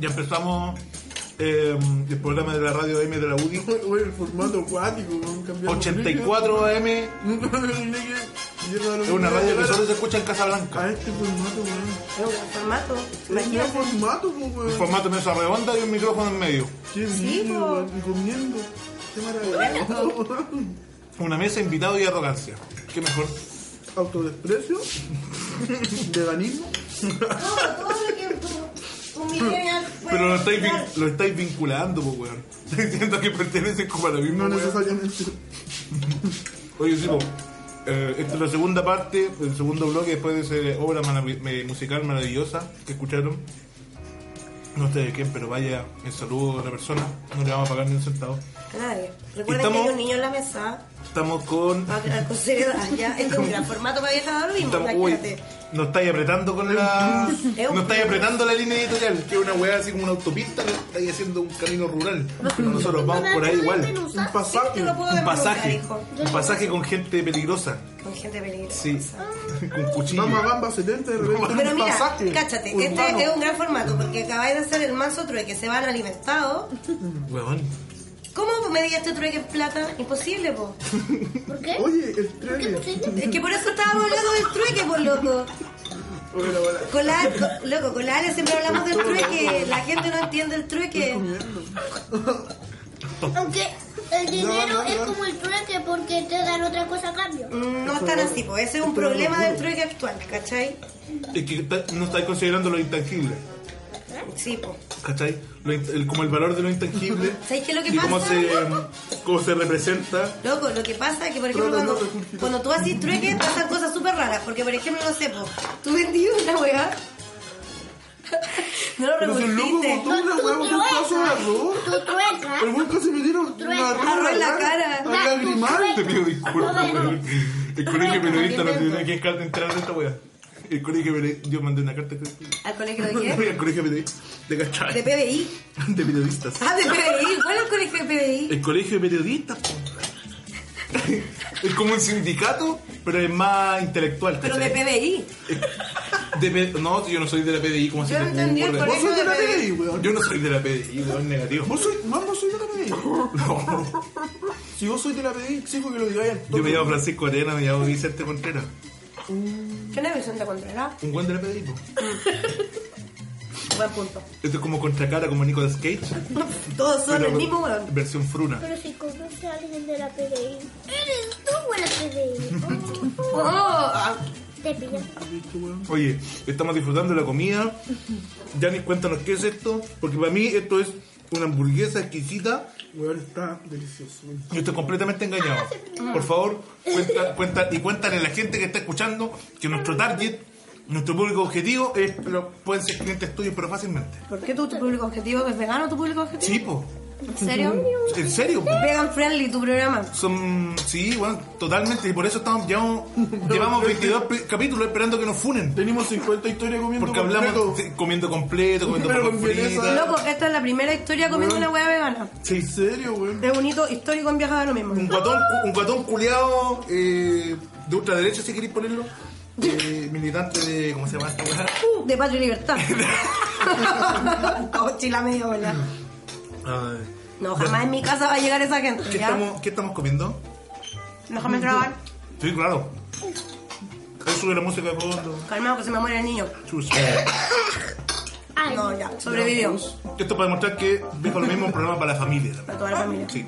[SPEAKER 6] Ya empezamos eh, el programa de la radio M de la UDI.
[SPEAKER 3] Oye, el formato acuático, weón, cambiamos.
[SPEAKER 6] 84 AM es
[SPEAKER 3] Es
[SPEAKER 6] una radio que solo se escucha en
[SPEAKER 3] A
[SPEAKER 6] Casablanca.
[SPEAKER 3] este formato, weón.
[SPEAKER 4] Es un gran formato.
[SPEAKER 3] Es un
[SPEAKER 4] Imagínate.
[SPEAKER 3] formato, po,
[SPEAKER 6] Un
[SPEAKER 3] weón.
[SPEAKER 6] formato mesa redonda y un micrófono en medio.
[SPEAKER 3] Qué
[SPEAKER 4] Sí,
[SPEAKER 3] bien,
[SPEAKER 4] po.
[SPEAKER 3] weón. Y comiendo. Qué maravilloso, weón.
[SPEAKER 6] Una mesa invitado y arrogancia. Qué mejor.
[SPEAKER 3] Autodesprecio. Veganismo.
[SPEAKER 4] Todo, todo lo que tu, tu millennial puede
[SPEAKER 6] Pero lo estáis, vin-
[SPEAKER 4] dar.
[SPEAKER 6] lo estáis vinculando, pues, weón. Estáis diciendo que pertenecen como a la misma.
[SPEAKER 3] No
[SPEAKER 6] weá.
[SPEAKER 3] necesariamente.
[SPEAKER 6] Oye, sí, po. Eh, esta es la segunda parte, el segundo bloque después de esa obra marav- eh, musical maravillosa que escucharon. No sé de quién, pero vaya el saludo de la persona. No le vamos a pagar ni un centavo.
[SPEAKER 4] A nadie. Recuerden
[SPEAKER 6] Estamos-
[SPEAKER 4] que hay un niño en la mesa.
[SPEAKER 6] Estamos con.
[SPEAKER 4] Va a crear con seriedad. Ya, este es un gran formato para viajar ahora mismo.
[SPEAKER 6] Estamos, uy,
[SPEAKER 4] Imagínate.
[SPEAKER 6] no estáis apretando con la.
[SPEAKER 4] Es un
[SPEAKER 6] No estáis apretando la línea editorial, que es una weá así como una autopista, lo estáis haciendo un camino rural. Pero nosotros vamos por ahí igual.
[SPEAKER 3] Un
[SPEAKER 4] Sí, te
[SPEAKER 3] pasaje.
[SPEAKER 4] lo puedo
[SPEAKER 6] Un
[SPEAKER 4] desmenuzar,
[SPEAKER 6] pasaje.
[SPEAKER 4] hijo.
[SPEAKER 6] Un pasaje con gente peligrosa.
[SPEAKER 4] Con gente peligrosa. Ah,
[SPEAKER 6] Sí. Con cuchillo.
[SPEAKER 3] Vamos a Gamba 70 de repente.
[SPEAKER 4] Pero
[SPEAKER 3] un
[SPEAKER 4] mira,
[SPEAKER 3] pasaje
[SPEAKER 4] cáchate,
[SPEAKER 3] urbano.
[SPEAKER 4] este es un gran formato porque acabáis de hacer el manso trueque, se van alimentados.
[SPEAKER 6] Weón.
[SPEAKER 4] ¿Cómo medí este trueque en plata? Imposible, po.
[SPEAKER 7] ¿Por qué?
[SPEAKER 3] Oye, el trailer.
[SPEAKER 4] Es que por eso estábamos hablando del trueque, po, loco.
[SPEAKER 3] Oye, la bola.
[SPEAKER 4] Con la, con- loco, con la Ale siempre hablamos del trueque, la gente no entiende el trueque. mm,
[SPEAKER 7] Aunque el dinero
[SPEAKER 3] no,
[SPEAKER 7] es
[SPEAKER 3] no.
[SPEAKER 7] como el trueque porque te dan otra cosa a cambio.
[SPEAKER 4] No es tan así, po. Ese es un problema del trueque actual, ¿cachai?
[SPEAKER 6] Es que ta- no estáis considerando lo intangible.
[SPEAKER 4] Sí, po.
[SPEAKER 6] ¿Cachai? Lo in- el- como el valor de lo intangible.
[SPEAKER 4] ¿Sabéis qué es lo que
[SPEAKER 6] y cómo
[SPEAKER 4] pasa?
[SPEAKER 6] se, em? cómo se representa.
[SPEAKER 4] Loco, lo que pasa es que, por ejemplo,
[SPEAKER 3] Trata,
[SPEAKER 4] cuando,
[SPEAKER 3] no, recursos.
[SPEAKER 4] cuando tú haces trueque, pasan cosas súper raras. Porque, por ejemplo, no sé, po, tú vendí una weá. no lo
[SPEAKER 3] Pero si el loco
[SPEAKER 4] reconociste.
[SPEAKER 3] botó una hueá, botó un caso de arroz.
[SPEAKER 7] Tu trueca.
[SPEAKER 3] El buen casi me dieron una
[SPEAKER 7] Trueca.
[SPEAKER 3] arroz
[SPEAKER 4] en la cara.
[SPEAKER 3] Al lagrimal.
[SPEAKER 6] Te pido disculpas,
[SPEAKER 7] No, no.
[SPEAKER 6] weón. El colegio periodista no tiene que encar- entrar en esta weá. El colegio periodista. Yo mandé una carta que.
[SPEAKER 4] ¿Al colegio de qué?
[SPEAKER 6] El colegio periodista. De cachai.
[SPEAKER 4] ¿De PBI?
[SPEAKER 6] De periodistas.
[SPEAKER 4] Ah, de PBI. ¿Cuál es el colegio de PBI?
[SPEAKER 6] El colegio de periodistas, po. Es como un sindicato, pero es más intelectual.
[SPEAKER 4] Pero de
[SPEAKER 6] ¿cachai?
[SPEAKER 4] PBI.
[SPEAKER 6] De P- no, yo no soy de la PDI, como si
[SPEAKER 4] Yo
[SPEAKER 6] te-
[SPEAKER 4] entendí el
[SPEAKER 3] Vos
[SPEAKER 6] por-
[SPEAKER 4] colegio
[SPEAKER 3] sos
[SPEAKER 4] de
[SPEAKER 3] de la
[SPEAKER 4] PBI.
[SPEAKER 3] PDI, weón.
[SPEAKER 6] Yo no soy de la PDI, weón, negativo.
[SPEAKER 3] Vos soy, mamá, soy de la PDI.
[SPEAKER 6] No.
[SPEAKER 3] Si vos soy de la PDI, exijo que lo digáis al
[SPEAKER 6] Yo me llamo
[SPEAKER 3] toque.
[SPEAKER 6] Francisco Arena, me llamo Vicente Contreras.
[SPEAKER 4] Yo no me siento controlada.
[SPEAKER 6] Un buen de la PDI, po.
[SPEAKER 4] Buen punto.
[SPEAKER 6] Esto es como contracara, como Nicolas Cage.
[SPEAKER 4] Todos son
[SPEAKER 6] pero
[SPEAKER 4] el mismo weón.
[SPEAKER 6] Versión fruna.
[SPEAKER 7] Pero si conoce a alguien de la PDI, eres tú de la PDI.
[SPEAKER 4] Oh, ah,
[SPEAKER 7] Te pillas.
[SPEAKER 6] Oye, estamos disfrutando de la comida. Janis, cuéntanos qué es esto. Porque para mí esto es una hamburguesa exquisita.
[SPEAKER 3] Weón, está delicioso. weón.
[SPEAKER 6] Yo estoy completamente engañado. Por favor, cuenta, cuenta- y cuéntale a la gente que está escuchando que nuestro target, nuestro público objetivo, es, lo- pueden ser clientes tuyos, pero fácilmente.
[SPEAKER 4] ¿Por qué tú, tu público objetivo es vegano, tu público objetivo?
[SPEAKER 6] Sí, pues. po.
[SPEAKER 4] ¿En serio?
[SPEAKER 6] En serio, po.
[SPEAKER 4] Vegan friendly tu programa.
[SPEAKER 6] Son, sí, bueno, totalmente. Y por eso estamos, llevamos, llevamos 22 pe- capítulos esperando que nos funen.
[SPEAKER 3] Tenemos 50 historias comiendo
[SPEAKER 6] Porque
[SPEAKER 3] completo.
[SPEAKER 6] hablamos de- comiendo completo, comiendo
[SPEAKER 3] Pero
[SPEAKER 6] papas
[SPEAKER 3] con vienesa.
[SPEAKER 6] fritas.
[SPEAKER 4] Loco, esta es la primera historia comiendo una weá vegana.
[SPEAKER 6] Sí,
[SPEAKER 3] ¿En serio, weón?
[SPEAKER 4] Es un hito histórico en viajar a lo mismo.
[SPEAKER 6] Un guatón, un guatón culiado eh, de ultraderecha, si queréis ponerlo. Eh, militante de. ¿Cómo se llama esta weá?
[SPEAKER 4] Uh, De patria y libertad. oh, chila media bola.
[SPEAKER 6] Ay.
[SPEAKER 4] No, jamás en mi casa va a llegar esa gente.
[SPEAKER 6] ¿Qué
[SPEAKER 4] ¿ya?
[SPEAKER 6] estamos, ¿Qué estamos comiendo?
[SPEAKER 4] Déjame grabar.
[SPEAKER 6] Sí, claro. Ahí sube la música de fondo.
[SPEAKER 4] Calmado que se me muere el niño.
[SPEAKER 6] Chus.
[SPEAKER 4] Eh.
[SPEAKER 7] Ay,
[SPEAKER 4] No, ya, sobrevivió.
[SPEAKER 6] Esto para demostrar que dejo lo mismo un programa para la familia.
[SPEAKER 4] Para toda la familia.
[SPEAKER 6] Ah. Sí.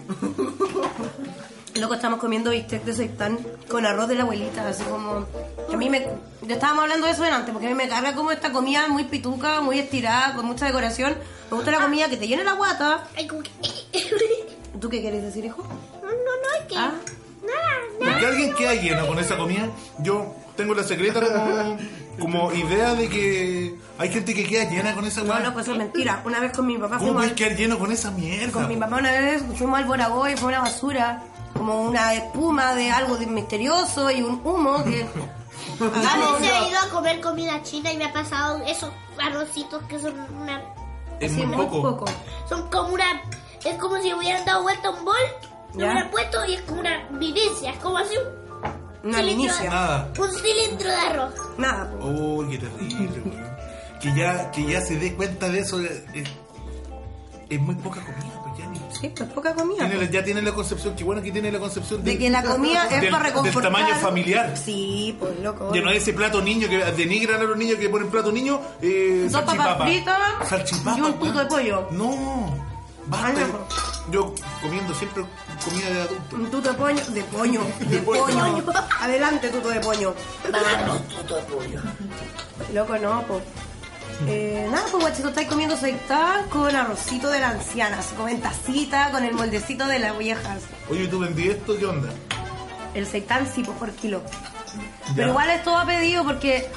[SPEAKER 4] Loco, estamos comiendo bistec de seitán con arroz de la abuelita, así como... que A mí me... Ya estábamos hablando de eso delante, porque a mí me carga como esta comida muy pituca, muy estirada, con mucha decoración. Me gusta la comida que te llena la guata.
[SPEAKER 7] ay, como que.
[SPEAKER 4] ¿Tú qué querés decir, hijo?
[SPEAKER 7] No, no, no, es que.
[SPEAKER 4] Ah.
[SPEAKER 7] Nada, nada.
[SPEAKER 6] Porque alguien queda lleno con esa comida, yo tengo la secreta como, como idea de que hay gente que queda llena con esa
[SPEAKER 4] No,
[SPEAKER 6] weá.
[SPEAKER 4] loco, pues eso es mentira. Una vez con mi papá
[SPEAKER 6] ¿Cómo
[SPEAKER 4] fuimos...
[SPEAKER 6] puedes
[SPEAKER 4] al-
[SPEAKER 6] quedar lleno con esa mierda?
[SPEAKER 4] Con mi papá una vez fuimos al Boragoy, fue una basura, como una espuma de algo de misterioso y un humo que...
[SPEAKER 7] A veces he ido a comer comida china y me ha pasado esos arrocitos que son una.
[SPEAKER 6] Es
[SPEAKER 4] Sí,
[SPEAKER 6] muy poco.
[SPEAKER 7] Son como una. Es como si hubieran dado vuelta un bol, lo
[SPEAKER 4] Ya.
[SPEAKER 7] hubieran puesto y es como una vivencia. Es como así un,
[SPEAKER 4] Una
[SPEAKER 7] cilindro,
[SPEAKER 4] inicia.
[SPEAKER 6] Nada.
[SPEAKER 7] un cilindro de arroz.
[SPEAKER 4] Nada, po.
[SPEAKER 6] Uy, qué terrible, weón. que ya, que ya se dé cuenta de eso eh, es, es muy poca comida, pues ya ni.
[SPEAKER 4] Sí, pues poca comida.
[SPEAKER 6] Tiene
[SPEAKER 4] pues.
[SPEAKER 6] la- ya tiene la concepción, que bueno que tiene la concepción
[SPEAKER 4] De que la comida es
[SPEAKER 6] del-
[SPEAKER 4] para reconfortar.
[SPEAKER 6] Del tamaño familiar.
[SPEAKER 4] Sí, pues loco.
[SPEAKER 6] Ya no es ese plato niño que denigran a los niños que ponen plato niño. Eh,
[SPEAKER 4] Dos papas
[SPEAKER 6] salchipapa.
[SPEAKER 4] fritas
[SPEAKER 6] Salchipapa,
[SPEAKER 4] y un punto de pollo.
[SPEAKER 6] No,
[SPEAKER 4] Ay,
[SPEAKER 6] basta.
[SPEAKER 4] mejor.
[SPEAKER 6] Yo comiendo siempre comida de adulto.
[SPEAKER 4] Un tuto de poño. De poño. De
[SPEAKER 6] poño.
[SPEAKER 4] poño. Adelante, tuto de poño. Vamos, Ah, tuto de poño. Loco, no, pues. Eh, nada, pues guachito, estáis comiendo secta con arrocito de la anciana, así como en tacita, con el moldecito de las viejas.
[SPEAKER 6] Oye, tú vendí esto, ¿qué onda?
[SPEAKER 4] El seitán sí, pues por kilo. Pero igual esto va pedido porque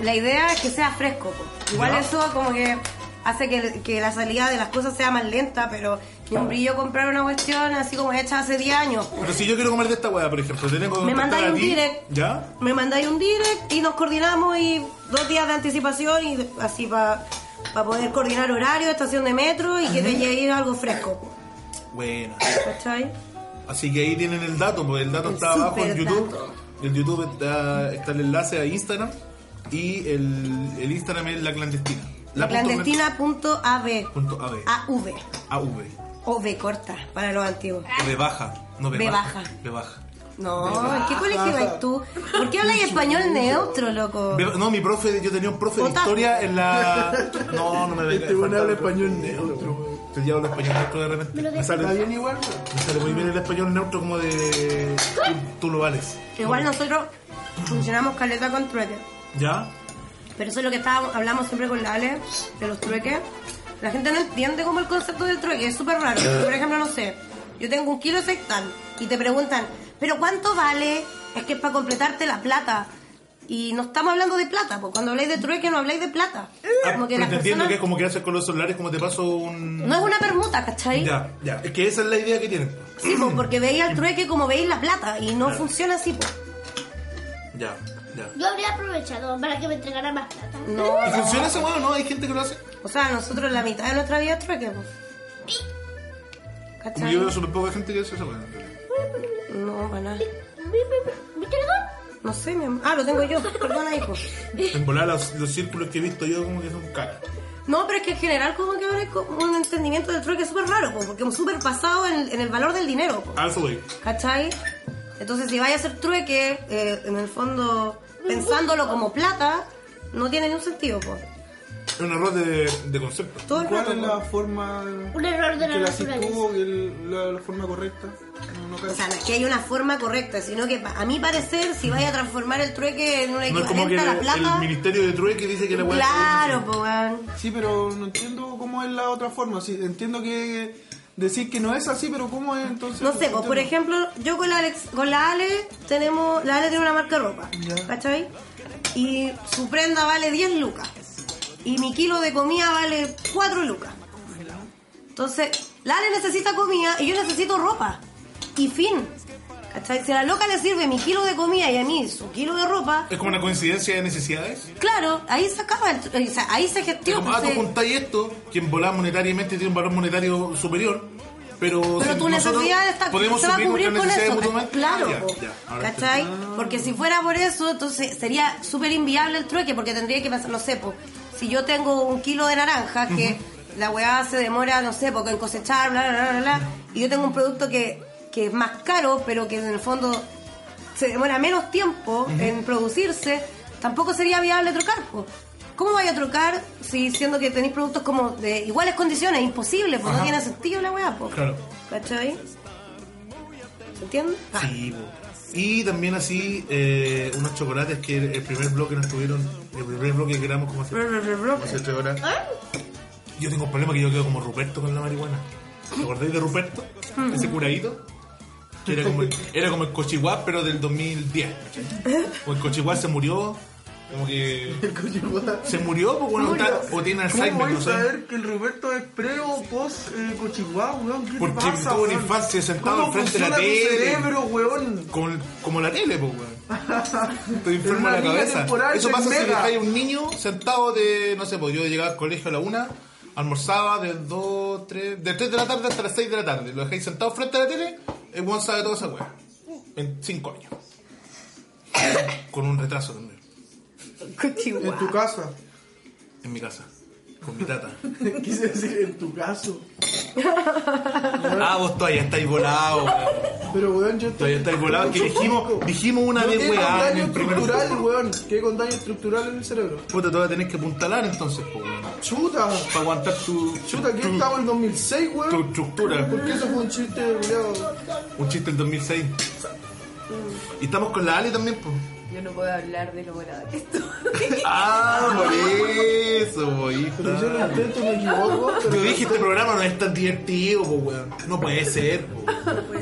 [SPEAKER 4] la idea es que sea fresco. po. Igual
[SPEAKER 6] Ya.
[SPEAKER 4] eso como que hace que, que la salida de las cosas sea más lenta, pero ni un brillo comprar una cuestión así como hecha hace 10 años. po.
[SPEAKER 6] Pero si yo quiero comer de esta hueá, por ejemplo, te tengo que
[SPEAKER 4] Me
[SPEAKER 6] contactar
[SPEAKER 4] mandáis
[SPEAKER 6] a
[SPEAKER 4] un
[SPEAKER 6] ti,
[SPEAKER 4] direct.
[SPEAKER 6] ¿Ya?
[SPEAKER 4] Me mandáis un direct y nos coordinamos y dos días de anticipación y así para poder coordinar horario, estación de metro y que te llegue algo fresco. po.
[SPEAKER 6] Bueno.
[SPEAKER 4] ¿Cachai?
[SPEAKER 6] Así que ahí tienen el dato, porque el dato
[SPEAKER 4] El
[SPEAKER 6] está abajo en
[SPEAKER 4] superdato.
[SPEAKER 6] YouTube. En YouTube está, está el enlace a Instagram y el, el Instagram es la clandestina.
[SPEAKER 4] La clandestina.av.
[SPEAKER 6] Punto AV.
[SPEAKER 4] AV.
[SPEAKER 6] AV.
[SPEAKER 4] O B corta, para los antiguos.
[SPEAKER 6] O de baja, no de
[SPEAKER 4] De
[SPEAKER 6] baja.
[SPEAKER 4] baja.
[SPEAKER 6] De baja.
[SPEAKER 4] No, ¿en qué colegio vas tú? ¿Por qué hablas español neutro, loco?
[SPEAKER 6] Ve- No, mi profe, yo tenía un profe de
[SPEAKER 4] Otaku.
[SPEAKER 6] historia en la. No, no me venga.
[SPEAKER 3] Este weón
[SPEAKER 6] faltaba
[SPEAKER 3] habla
[SPEAKER 6] el profe.
[SPEAKER 3] español neutro.
[SPEAKER 6] Yo ya hablo español neutro de repente. Me, sale,
[SPEAKER 3] Está bien igual.
[SPEAKER 6] me sale muy bien el español neutro como de. Tú, tú lo vales.
[SPEAKER 4] Igual nosotros funcionamos caleta con trueque.
[SPEAKER 6] ¿Ya?
[SPEAKER 4] Pero eso es lo que estábamos, hablamos siempre con la Ale, de los trueques. La gente no entiende como el concepto del trueque, es súper raro. Por ejemplo, no sé, yo tengo un kilo de sextan y te preguntan, ¿pero cuánto vale? Es que es para completarte la plata. Y no estamos hablando de plata, porque cuando habláis de trueque no habláis de plata.
[SPEAKER 6] Ah,
[SPEAKER 4] Como que
[SPEAKER 6] pero
[SPEAKER 4] las
[SPEAKER 6] te entiendo
[SPEAKER 4] personas...
[SPEAKER 6] que es como que haces con los celulares, como te paso un.
[SPEAKER 4] No es una permuta, ¿cachai?
[SPEAKER 6] Ya, ya. Es que esa es la idea que tienen.
[SPEAKER 4] Sí, po, porque veis al trueque como veis la plata y no funciona así. po.
[SPEAKER 6] Ya, ya.
[SPEAKER 7] Yo habría aprovechado para que me entregara más plata.
[SPEAKER 4] No,
[SPEAKER 6] ¿Y funciona esa weá o no? Hay gente que lo hace.
[SPEAKER 4] o sea, nosotros la mitad de nuestra vida es trueque. po.
[SPEAKER 6] Como yo veo
[SPEAKER 4] ¿Cachai?
[SPEAKER 6] súper poca gente que hace esa weá.
[SPEAKER 4] No, para nada.
[SPEAKER 7] Mi- mi- mi teléfono.
[SPEAKER 4] No sé, mi amor. Ah, lo tengo yo, perdona, hijo.
[SPEAKER 6] En volar los, los círculos que he visto yo, como que son caras.
[SPEAKER 4] No, pero es que en general como que ahora hay como un entendimiento del trueque súper raro, po, porque es súper pasado en, en el valor del dinero. po.
[SPEAKER 6] Alfa, güey.
[SPEAKER 4] ¿Cachai? Entonces, si vais a hacer trueque, eh, en el fondo, pensándolo como plata, no tiene ningún sentido. po.
[SPEAKER 6] Es un error de, de concepto.
[SPEAKER 4] Todo el
[SPEAKER 8] ¿Cuál
[SPEAKER 4] rato.
[SPEAKER 8] es
[SPEAKER 4] po.
[SPEAKER 8] la forma
[SPEAKER 7] Un error de la
[SPEAKER 8] que la sí
[SPEAKER 7] naturaleza.
[SPEAKER 8] tuvo, que el- la, la forma correcta? No, no
[SPEAKER 4] O
[SPEAKER 8] cacho.
[SPEAKER 4] sea, no es que hay una forma correcta, sino que pa- a mi parecer, si vaya a transformar el trueque en una
[SPEAKER 6] No es como que
[SPEAKER 4] equivalente
[SPEAKER 6] el,
[SPEAKER 4] a la
[SPEAKER 6] el
[SPEAKER 4] plata.
[SPEAKER 6] ministerio de trueque dice que la weá.
[SPEAKER 4] Claro, po, weón.
[SPEAKER 8] Sí, pero no entiendo cómo es la otra forma. Sí, entiendo que decir que no es así, pero cómo es entonces.
[SPEAKER 4] No sé, pues, por
[SPEAKER 8] entiendo.
[SPEAKER 4] ejemplo, yo con la, Alex- con la Ale tenemos. La Ale tiene una marca de ropa, ¿cachai? Y su prenda vale 10 lucas. Y mi kilo de comida vale 4 lucas. Entonces, la Ale necesita comida y yo necesito ropa. Y fin. ¿Cachai? Si a la loca le sirve mi kilo de comida y a mí su kilo de ropa,
[SPEAKER 6] Es como una coincidencia de necesidades.
[SPEAKER 4] Claro, ahí se acaba, el tr- o sea, ahí se
[SPEAKER 6] Es
[SPEAKER 4] gestiona.
[SPEAKER 6] como, ah, tú
[SPEAKER 4] se-
[SPEAKER 6] juntáis esto, que en volar monetariamente tiene un valor monetario superior. Pero,
[SPEAKER 4] pero
[SPEAKER 6] si
[SPEAKER 4] tu
[SPEAKER 6] nosotros
[SPEAKER 4] necesidad está,
[SPEAKER 6] podemos
[SPEAKER 4] se va a
[SPEAKER 6] suplir
[SPEAKER 4] cubrir
[SPEAKER 6] nuestras
[SPEAKER 4] con
[SPEAKER 6] necesidades
[SPEAKER 4] eso.
[SPEAKER 6] mutuamente.
[SPEAKER 4] Claro,
[SPEAKER 6] Ya,
[SPEAKER 4] po,
[SPEAKER 6] ya, ahora te-
[SPEAKER 4] ¿cachai? Porque si fuera por eso, entonces sería súper inviable el trueque, porque tendría que pasar, no sé, po, si yo tengo un kilo de naranja, que la weá se demora, no sé, porque en cosechar, bla, bla, bla, bla, bla, y yo tengo un producto que, que es más caro, pero que en el fondo se demora menos tiempo en producirse, tampoco sería viable trocar. po. ¿Cómo vaya a trocar si siendo que tenéis productos como de iguales condiciones? Imposible, pues no tiene sentido la weá. Po.
[SPEAKER 6] Claro.
[SPEAKER 4] ¿Cachai? ¿Se entiende? Ah,
[SPEAKER 6] Sí, po. y también así eh, unos chocolates que el, el primer bloque nos tuvieron, el primer bloque que éramos como hace,
[SPEAKER 4] Bro, bro, bro,
[SPEAKER 6] como
[SPEAKER 4] bro.
[SPEAKER 6] hace tres horas.
[SPEAKER 8] ¿Ah?
[SPEAKER 6] Yo tengo un problema que yo quedo como Ruperto con la marihuana. ¿Te acordáis de Ruperto?
[SPEAKER 8] Mm.
[SPEAKER 6] Ese curadito. Que Era como, el- era como el Cochihuá, pero del 2010. ¿cachai? O el Cochihuá se murió, como que... ¿Se murió? Pues, bueno,
[SPEAKER 8] Murió.
[SPEAKER 6] está- o
[SPEAKER 8] ¿Cómo
[SPEAKER 6] tiene Alzheimer,
[SPEAKER 8] voy
[SPEAKER 6] no
[SPEAKER 8] a
[SPEAKER 6] sé.
[SPEAKER 8] saber que el Roberto es pre o post eh, cochihuahua, weón? ¿Qué te
[SPEAKER 6] Porque
[SPEAKER 8] pasa,
[SPEAKER 6] tuvo una
[SPEAKER 8] weón?
[SPEAKER 6] infancia sentado
[SPEAKER 8] ¿Cómo
[SPEAKER 6] enfrente de la
[SPEAKER 8] funciona tu
[SPEAKER 6] tele?
[SPEAKER 8] cerebro, weón?
[SPEAKER 6] Como, el- como la tele, pues, weón. Estoy
[SPEAKER 8] En
[SPEAKER 6] enfermo
[SPEAKER 8] una
[SPEAKER 6] de la
[SPEAKER 8] línea
[SPEAKER 6] cabeza.
[SPEAKER 8] temporal
[SPEAKER 6] Eso
[SPEAKER 8] del
[SPEAKER 6] pasa si
[SPEAKER 8] mega.
[SPEAKER 6] dejáis un niño sentado de, no sé, pues yo llegaba al colegio a la una, almorzaba de dos, tres, de tres de la tarde hasta las seis de la tarde. Lo dejáis sentado frente a la tele, el weón sabe toda esa weá. En cinco años. Con un retraso también.
[SPEAKER 8] En tu casa.
[SPEAKER 6] en mi casa, con mi tata.
[SPEAKER 3] Quise decir en tu caso.
[SPEAKER 6] ah, vos todavía estáis volados, weón.
[SPEAKER 3] Pero, weón, yo estoy.
[SPEAKER 6] Todavía estáis volados, que dijimos, dijimos una
[SPEAKER 3] Yo
[SPEAKER 6] vez,
[SPEAKER 3] quedé con
[SPEAKER 6] weá, en
[SPEAKER 3] daño
[SPEAKER 6] el primer...
[SPEAKER 3] estructural, weón. Quedé con daño estructural en el cerebro.
[SPEAKER 6] Puta, te vas a tener que apuntalar entonces, po, weón.
[SPEAKER 3] Chuta,
[SPEAKER 6] Para aguantar tu...
[SPEAKER 3] chuta, aquí
[SPEAKER 6] tu-
[SPEAKER 3] estamos en el 2006,
[SPEAKER 6] tu
[SPEAKER 3] weón.
[SPEAKER 6] estructura.
[SPEAKER 3] ¿Por qué eso fue un chiste, culiado?
[SPEAKER 6] Un chiste del 2006. Y estamos con la Ale también, pues.
[SPEAKER 9] Yo no puedo hablar de lo buena que estoy.
[SPEAKER 6] Ah, por eso, po, hija.
[SPEAKER 3] Pero yo lo intento, me equivoco.
[SPEAKER 6] Yo
[SPEAKER 3] Pero
[SPEAKER 6] dije, este programa no es tan divertido, po, weón. No puede ser, po.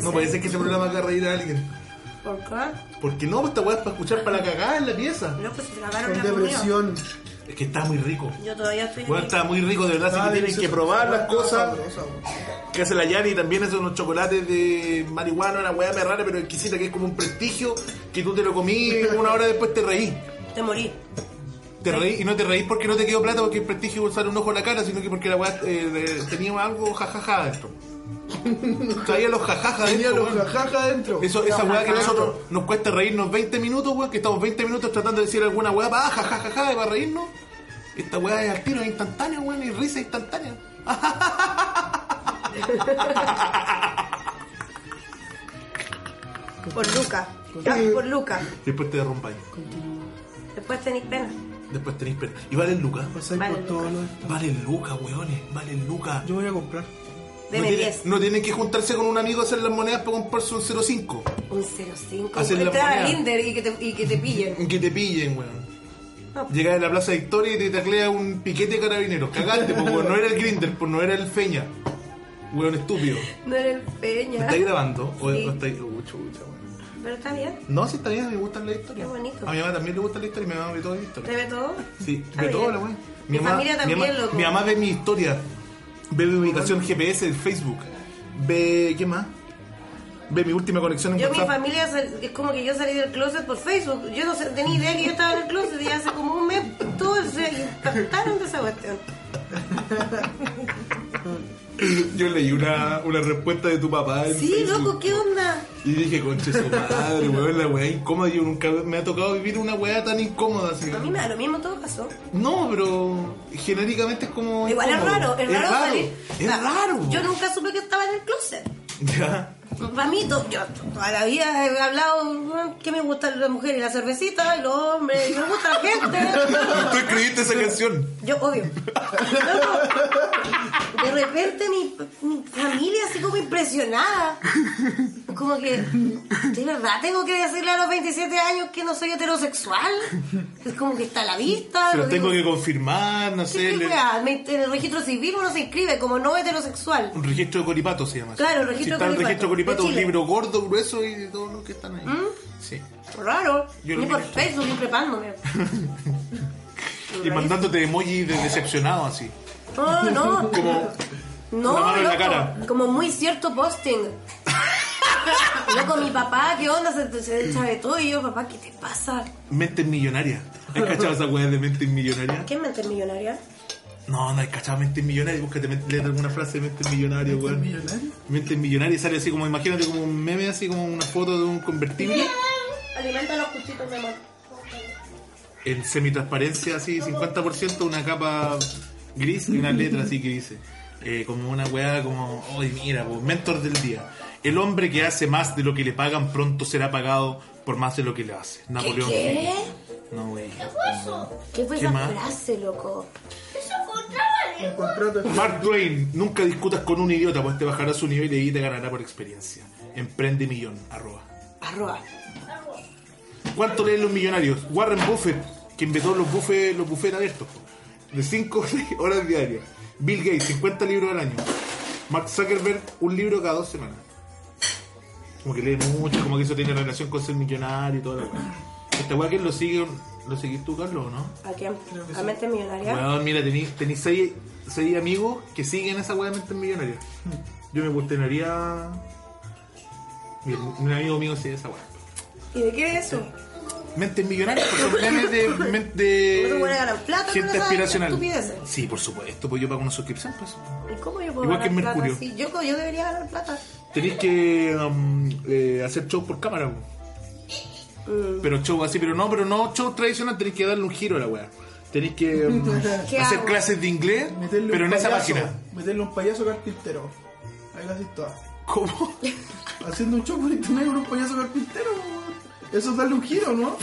[SPEAKER 6] No puede ser que ese programa haga reír a alguien.
[SPEAKER 4] ¿Por qué?
[SPEAKER 6] Porque no, Pues, esta weá es para escuchar para la cagada en la pieza.
[SPEAKER 4] No, pues se grabaron
[SPEAKER 3] con
[SPEAKER 4] la reunión.
[SPEAKER 3] depresión.
[SPEAKER 6] Es que está muy rico.
[SPEAKER 4] Yo todavía estoy.
[SPEAKER 6] Bueno,
[SPEAKER 4] aquí.
[SPEAKER 6] está muy rico, de verdad, así que tienen que probar las cosas que hace la Yani también esos unos chocolates de marihuana, una weá me rara pero exquisita, que es como un prestigio, que tú te lo comí y una hora después te reí.
[SPEAKER 4] Te morí.
[SPEAKER 6] Te reí y no te reís porque no te quedó plata porque el prestigio usar un ojo en la cara, sino que porque la weá eh, de- tenía algo jajaja dentro. Traía los jajaja
[SPEAKER 3] Tenía
[SPEAKER 6] dentro.
[SPEAKER 3] los
[SPEAKER 6] weón.
[SPEAKER 3] jajaja adentro.
[SPEAKER 6] Eso, esa weá que a nosotros nos cuesta reírnos 20 minutos, weón, que estamos 20 minutos tratando de decir alguna weá para ja, ja, ja, ja, y para reírnos. Esta weá es al tiro, es instantáneo, weón, y risa instantánea.
[SPEAKER 4] Por Luca. Ya, por Luca.
[SPEAKER 6] Después te derrumbáis,
[SPEAKER 4] Después tenéis pena.
[SPEAKER 6] después tenéis pena. Y vale el lucas,
[SPEAKER 3] Pasáis
[SPEAKER 4] Vale,
[SPEAKER 3] por todo
[SPEAKER 4] Luca.
[SPEAKER 3] lo esto.
[SPEAKER 6] vale el lucas, weones, vale el lucas.
[SPEAKER 3] Yo voy a comprar.
[SPEAKER 4] Deme
[SPEAKER 6] no, tiene-
[SPEAKER 4] 10.
[SPEAKER 6] no tienen que juntarse con un amigo a hacer las monedas para comprarse un 05.
[SPEAKER 4] Un 05.
[SPEAKER 6] Hacer la
[SPEAKER 4] Entra
[SPEAKER 6] moneda.
[SPEAKER 4] al Inder y que te, y que te pillen.
[SPEAKER 6] Que te pillen,
[SPEAKER 4] No.
[SPEAKER 6] weón. Llegas a la Plaza Victoria y te taclea un piquete de carabineros. Cagaste, pues, weón. No era el Grinder, pues no era el Feña. Weón estúpido.
[SPEAKER 4] No eres peña.
[SPEAKER 6] ¿Estáis grabando? ¿O,
[SPEAKER 4] Sí.
[SPEAKER 6] o estáis.? Uh, chucha, weón.
[SPEAKER 4] Pero está bien.
[SPEAKER 6] No, sí, está bien, me gustan las historias.
[SPEAKER 4] Qué bonito.
[SPEAKER 6] A mi mamá también le gusta la historia y mi mamá ve todas las
[SPEAKER 4] ¿Te
[SPEAKER 6] historias.
[SPEAKER 4] ve todo?
[SPEAKER 6] Sí,
[SPEAKER 4] Está
[SPEAKER 6] ve
[SPEAKER 4] bien.
[SPEAKER 6] todas las weón.
[SPEAKER 4] Mi familia también,
[SPEAKER 6] mi mamá,
[SPEAKER 4] loco.
[SPEAKER 6] mi mamá ve mi historia. Ve mi ubicación GPS en Facebook. Ve. ¿Qué más? Ve mi última conexión en
[SPEAKER 4] Yo, mi
[SPEAKER 6] WhatsApp.
[SPEAKER 4] familia, sal- es como que yo salí del closet por Facebook. Yo no sé- tenía idea que yo estaba en el closet y hace como un mes todos se impactaron de esa cuestión.
[SPEAKER 6] Yo leí una, una respuesta de tu papá. En
[SPEAKER 4] Sí,
[SPEAKER 6] Facebook.
[SPEAKER 4] loco, ¿qué onda?
[SPEAKER 6] Y dije, conche su madre, weón, la weá incómoda. Yo nunca me ha tocado vivir una weá tan incómoda así.
[SPEAKER 4] A mí me da lo mismo en todo caso.
[SPEAKER 6] No, pero genéricamente es como.
[SPEAKER 4] Igual es
[SPEAKER 6] incómodo.
[SPEAKER 4] raro, es raro, salir.
[SPEAKER 6] Es
[SPEAKER 4] O sea,
[SPEAKER 6] raro.
[SPEAKER 4] Yo nunca supe que estaba en el closet.
[SPEAKER 6] Ya.
[SPEAKER 4] Para mí, to- yo toda la vida he hablado bueno, que me gustan las mujeres y la cervecita y los hombres, y me gusta la gente.
[SPEAKER 6] Tú escribiste esa canción.
[SPEAKER 4] Yo odio. Loco, de repente mi, mi familia así como impresionada. Como que, ¿de verdad tengo que decirle a los 27 años que no soy heterosexual? Es como que está a la vista.
[SPEAKER 6] Se
[SPEAKER 4] lo
[SPEAKER 6] lo tengo eh. que
[SPEAKER 4] digo.
[SPEAKER 6] confirmar, no
[SPEAKER 4] ¿Qué,
[SPEAKER 6] sé.
[SPEAKER 4] qué
[SPEAKER 6] le-
[SPEAKER 4] weá? Me- En el registro civil uno se inscribe como no heterosexual.
[SPEAKER 6] Un registro de coripato se llama. eso.
[SPEAKER 4] Claro, el registro
[SPEAKER 6] Si
[SPEAKER 4] de
[SPEAKER 6] está el
[SPEAKER 4] coripato,
[SPEAKER 6] registro de coripato,
[SPEAKER 4] de
[SPEAKER 6] un
[SPEAKER 4] Chile. ¿Mm?
[SPEAKER 6] libro gordo, grueso y de todos los que están ahí. Sí.
[SPEAKER 4] Raro.
[SPEAKER 6] Yo
[SPEAKER 4] Ni
[SPEAKER 6] lo
[SPEAKER 4] por
[SPEAKER 6] miré.
[SPEAKER 4] Facebook, ni prepándome.
[SPEAKER 6] Y mandándote emoji de decepcionado así.
[SPEAKER 4] Oh, no.
[SPEAKER 6] Como.
[SPEAKER 4] No,
[SPEAKER 6] La mano en la
[SPEAKER 4] loco,
[SPEAKER 6] cara.
[SPEAKER 4] como muy cierto posting. Loco, mi papá, ¿qué onda? Se, se echa de todo y yo, papá, ¿qué te pasa?
[SPEAKER 6] Mentes millonarias. ¿Has cachado esa weá de mentes millonarias?
[SPEAKER 4] ¿Qué mente millonaria?
[SPEAKER 6] No, no hay cachado mentes millonarias. Búscate, men- léete alguna frase de mentes millonarias, weón. ¿Mentes millonarias? Mentes millonarias. Sale así como, imagínate como un meme, así como una foto de un convertible.
[SPEAKER 4] Alimenta los cuchitos, mi amor.
[SPEAKER 6] En semitransparencia, así, 50%, una capa gris y una letra así que dice. eh, como una weá, como, oye, mira, pues, mentor del día. El hombre que hace más de lo que le pagan pronto será pagado por más de lo que le hace. Napoleón.
[SPEAKER 4] ¿Qué?
[SPEAKER 6] Hill. No, wey.
[SPEAKER 4] ¿Qué fue
[SPEAKER 6] ¿Qué
[SPEAKER 4] esa
[SPEAKER 6] más?
[SPEAKER 4] frase, loco?
[SPEAKER 7] Eso fue un trabalenguas.
[SPEAKER 6] Mark Twain, nunca discutas con un idiota, pues te bajará su nivel y te ganará por experiencia. Emprende millón, arroba.
[SPEAKER 4] Arroba.
[SPEAKER 6] ¿Cuánto leen los millonarios? Warren Buffett, que inventó los buffets los buffet abiertos. De 5 o 6 horas diarias. Bill Gates, 50 libros al año. Mark Zuckerberg, un libro cada dos semanas. Como que lee mucho, como que eso tiene relación con ser millonario y todo lo weá. Esta weá que lo sigue, lo seguís tú, Carlos, o no?
[SPEAKER 4] ¿A quién? ¿A mente millonaria?
[SPEAKER 6] Weón, mira, tenéis tení seis, seis amigos que siguen esa weá de mentes millonarias. Yo me cuestionaría. Mira, un amigo mío sigue esa weá.
[SPEAKER 4] ¿Y de qué es eso?
[SPEAKER 6] Mentes millonarias, porque son memes de. men-
[SPEAKER 4] ¿No
[SPEAKER 6] de
[SPEAKER 4] te van a ganar plata con
[SPEAKER 6] gente
[SPEAKER 4] esas
[SPEAKER 6] aspiracional.
[SPEAKER 4] estupideces?
[SPEAKER 6] Sí, por supuesto, pues yo pago una suscripción, pues.
[SPEAKER 4] ¿Y cómo yo puedo
[SPEAKER 6] Igual que
[SPEAKER 4] ganar plata
[SPEAKER 6] Mercurio.
[SPEAKER 4] así? Yo, yo debería ganar plata.
[SPEAKER 6] Tenéis que um, eh, hacer shows por cámara,
[SPEAKER 4] Mm.
[SPEAKER 6] pues. Pero show así, pero no, pero no show tradicional, tenéis que darle un giro a la weá. Tenéis que mm,
[SPEAKER 4] ¿Qué
[SPEAKER 6] hacer
[SPEAKER 4] hago?
[SPEAKER 6] clases de inglés,
[SPEAKER 8] Meterle
[SPEAKER 6] pero
[SPEAKER 8] un
[SPEAKER 6] en esa
[SPEAKER 8] payaso,
[SPEAKER 6] página.
[SPEAKER 8] Meterle un payaso carpintero. Ahí lo haces todas.
[SPEAKER 3] ¿Cómo?
[SPEAKER 8] Haciendo un chocolate negro, un payaso carpintero. Eso es darle un giro, ¿no?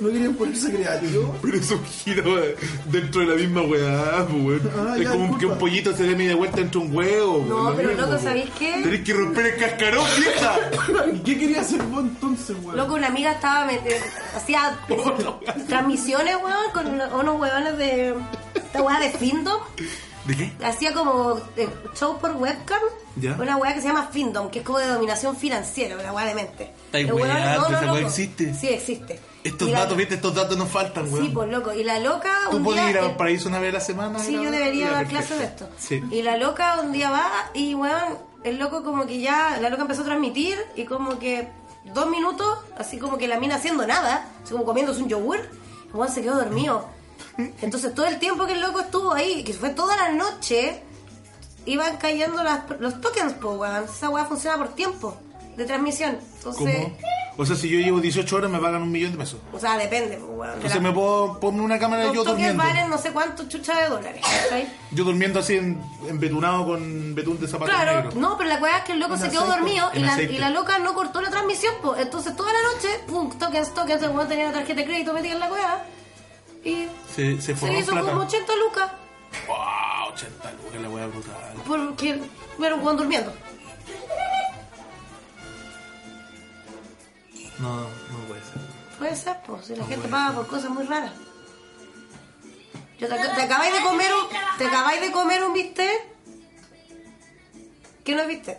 [SPEAKER 8] No quieren ponerse creativos.
[SPEAKER 6] Pero es un giro eh, dentro de la misma weá, po, weón.
[SPEAKER 8] Ah,
[SPEAKER 6] es
[SPEAKER 8] ya,
[SPEAKER 6] como
[SPEAKER 8] disculpa.
[SPEAKER 6] que un pollito se dé media vuelta entre un huevo.
[SPEAKER 4] No, pero loco, ¿sabéis qué?
[SPEAKER 6] Tenéis que romper el cascarón, vieja.
[SPEAKER 8] ¿Y qué quería hacer vos entonces, weón?
[SPEAKER 4] Loco, una amiga estaba mete- hacía transmisiones, weón, con una- unos huevones de. Esta weá de Findom.
[SPEAKER 6] ¿De qué?
[SPEAKER 4] Hacía como eh, show por webcam.
[SPEAKER 6] Ya.
[SPEAKER 4] Una weá que se llama Findom, que es como de dominación financiera, una weá de mente.
[SPEAKER 6] Ay,
[SPEAKER 4] Los huevones-
[SPEAKER 6] weá, ¿esa weá
[SPEAKER 4] loco.
[SPEAKER 6] existe?
[SPEAKER 4] Sí, existe.
[SPEAKER 6] Estos
[SPEAKER 4] Y la-
[SPEAKER 6] datos, viste, estos datos nos faltan, weón.
[SPEAKER 4] Sí, pues loco. Y la loca.
[SPEAKER 6] Tú
[SPEAKER 4] un
[SPEAKER 6] podías
[SPEAKER 4] día,
[SPEAKER 6] ir
[SPEAKER 4] eh,
[SPEAKER 6] al paraíso una vez a la semana.
[SPEAKER 4] Sí,
[SPEAKER 6] era-
[SPEAKER 4] yo debería
[SPEAKER 6] ya,
[SPEAKER 4] dar
[SPEAKER 6] perfecto.
[SPEAKER 4] clases de esto.
[SPEAKER 6] Sí.
[SPEAKER 4] Y la loca un día va y, weón, el loco como que ya, la loca empezó a transmitir y como que dos minutos, así como que la mina haciendo nada, así como comiéndose un yogur, el weón se quedó dormido. Entonces todo el tiempo que el loco estuvo ahí, que fue toda la noche, iban cayendo las- los tokens, po, weón. Esa weá funciona por tiempo de transmisión. Entonces,
[SPEAKER 6] ¿Cómo? O sea, si yo llevo 18 horas, me pagan un millón de pesos.
[SPEAKER 4] o sea, depende, po, weón. de
[SPEAKER 6] Entonces
[SPEAKER 4] la-
[SPEAKER 6] me puedo poner una cámara yo
[SPEAKER 4] los tokens
[SPEAKER 6] durmiendo.
[SPEAKER 4] valen no sé cuánto chucha de dólares, ¿cachai?
[SPEAKER 6] Yo durmiendo así en, embetunado con betún de zapatos
[SPEAKER 4] Claro,
[SPEAKER 6] negros.
[SPEAKER 4] no, pero la weá es que el loco se quedó dormido y
[SPEAKER 6] En
[SPEAKER 4] la,
[SPEAKER 6] aceite.
[SPEAKER 4] y la loca no cortó la transmisión, po. Entonces toda la noche, pum, tokens, tokens, el weón tenía la tarjeta de crédito metida en la weá. Y
[SPEAKER 6] Se, se
[SPEAKER 4] se
[SPEAKER 6] formó
[SPEAKER 4] hizo
[SPEAKER 6] plata.
[SPEAKER 4] como 80 lucas
[SPEAKER 6] ¡Wow! 80 lucas, la wea brutal.
[SPEAKER 4] porque era un weón durmiendo.
[SPEAKER 6] No, no puede ser.
[SPEAKER 4] Puede ser, pues,
[SPEAKER 6] Ah,
[SPEAKER 4] si la gente paga por cosas muy raras. Yo te, ac- te acabáis de comer un. Te acabáis de comer un bistec. ¿Qué no es bistec?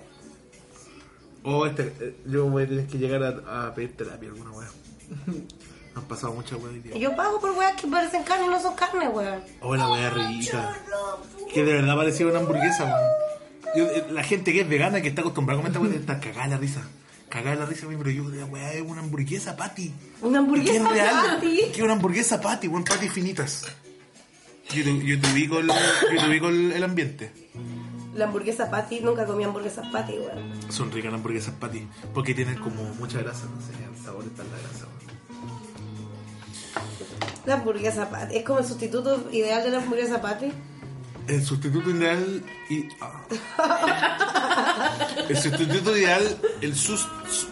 [SPEAKER 6] Oh, este, eh, yo voy a tener que llegar a, a pedir terapia alguna wea. Han pasado muchas weas hoy día.
[SPEAKER 4] Yo pago por weas que parecen carne y no son carne, weón.
[SPEAKER 6] Oh, la wea rica. Que de verdad parecía una hamburguesa, weón. Yo, eh, La gente que es vegana, que está acostumbrada a comer esta wea, está cagada la risa. Cagada la risa, weón, pero yo, la wea es una hamburguesa, Patty.
[SPEAKER 4] Una
[SPEAKER 6] ¿Qué
[SPEAKER 4] hamburguesa
[SPEAKER 6] es real?
[SPEAKER 4] patty.
[SPEAKER 6] Que una hamburguesa patty, weón, patty finitas. Yo te, yo te ubico, el, yo te ubico el, el ambiente.
[SPEAKER 4] La hamburguesa patty, nunca comí hamburguesas patty, weón.
[SPEAKER 6] Son ricas las hamburguesas patty, porque tienen como mucha grasa, no sé, el sabor está en la grasa, weón.
[SPEAKER 4] La hamburguesa patty, es como el sustituto ideal de la hamburguesa patty.
[SPEAKER 6] El sustituto ideal y. ah. El sustituto ideal, el sus. su-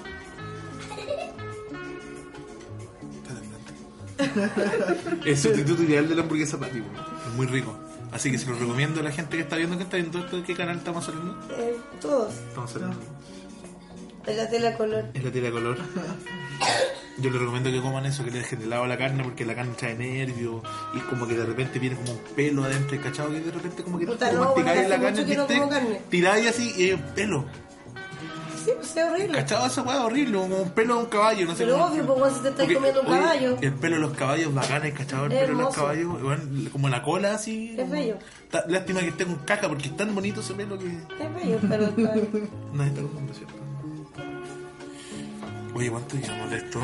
[SPEAKER 6] El sustituto ideal de la hamburguesa patty, weón. Es muy rico. Así que se lo recomiendo a la gente que está viendo, que está viendo esto, ¿de qué canal estamos saliendo.
[SPEAKER 4] Eh, todos.
[SPEAKER 6] Estamos saliendo.
[SPEAKER 4] Es la tela color.
[SPEAKER 6] Es la tela de color. Yo les recomiendo que coman eso, que le dejen de lado la carne porque la carne trae nervios y como que de repente viene como un pelo adentro, ¿cachado? Que de repente como que
[SPEAKER 4] Puta,
[SPEAKER 6] te
[SPEAKER 4] no,
[SPEAKER 6] masticáis
[SPEAKER 4] hace
[SPEAKER 6] la
[SPEAKER 4] mucho
[SPEAKER 6] carne,
[SPEAKER 4] que no
[SPEAKER 6] ¿viste?
[SPEAKER 4] como carne.
[SPEAKER 6] tiráis así y hay un pelo.
[SPEAKER 4] Sí, pues es horrible.
[SPEAKER 6] ¿Cachado? Esa weá es horrible, como un pelo de un caballo, no sé
[SPEAKER 4] Pero
[SPEAKER 6] cómo-
[SPEAKER 4] obvio, pues weón, si te estáis
[SPEAKER 6] Porque,
[SPEAKER 4] comiendo un
[SPEAKER 6] oye,
[SPEAKER 4] caballo.
[SPEAKER 6] El pelo de los caballos bacanes, ¿cachado? El
[SPEAKER 4] Es
[SPEAKER 6] pelo de los
[SPEAKER 4] hermoso.
[SPEAKER 6] caballos, weón, como la cola así.
[SPEAKER 4] Es bello.
[SPEAKER 6] Ta- Lástima que esté con caca porque es tan bonito ese pelo que.
[SPEAKER 4] Es bello, pero está-
[SPEAKER 6] Nadie está comiendo, ¿cierto? Oye, ¿cuánto llevamos de esto?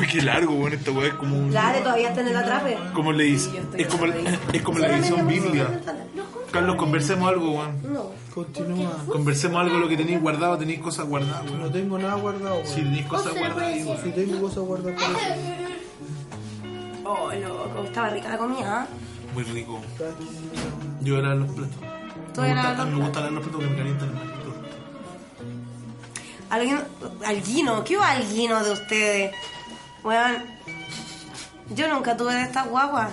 [SPEAKER 6] Uy, qué largo, weón, esta weá es como un...
[SPEAKER 4] Claro, todavía está en el atrape.
[SPEAKER 6] Como le dice, es como, es como la edición bíblica. Carlos, conversemos algo, weón.
[SPEAKER 4] No.
[SPEAKER 8] Continúa.
[SPEAKER 6] Conversemos algo de lo que tenéis guardado, tenéis cosas guardadas,
[SPEAKER 8] No
[SPEAKER 6] weón.
[SPEAKER 8] tengo nada guardado, weón.
[SPEAKER 6] Si tenéis cosas guardadas, ahí,
[SPEAKER 8] Si
[SPEAKER 6] weón.
[SPEAKER 8] tengo cosas guardadas, por eso.
[SPEAKER 4] Oh, loco, estaba rica la comida. ¿ah?
[SPEAKER 6] Muy rico. Yo era los platos.
[SPEAKER 4] Tú
[SPEAKER 6] Me
[SPEAKER 4] eras
[SPEAKER 6] gusta,
[SPEAKER 4] los
[SPEAKER 6] me gusta lavar los platos que me calientan el manito.
[SPEAKER 4] Alguien, alguino, ¿qué hubo alguino de ustedes? Weón, yo nunca tuve de estas guaguas.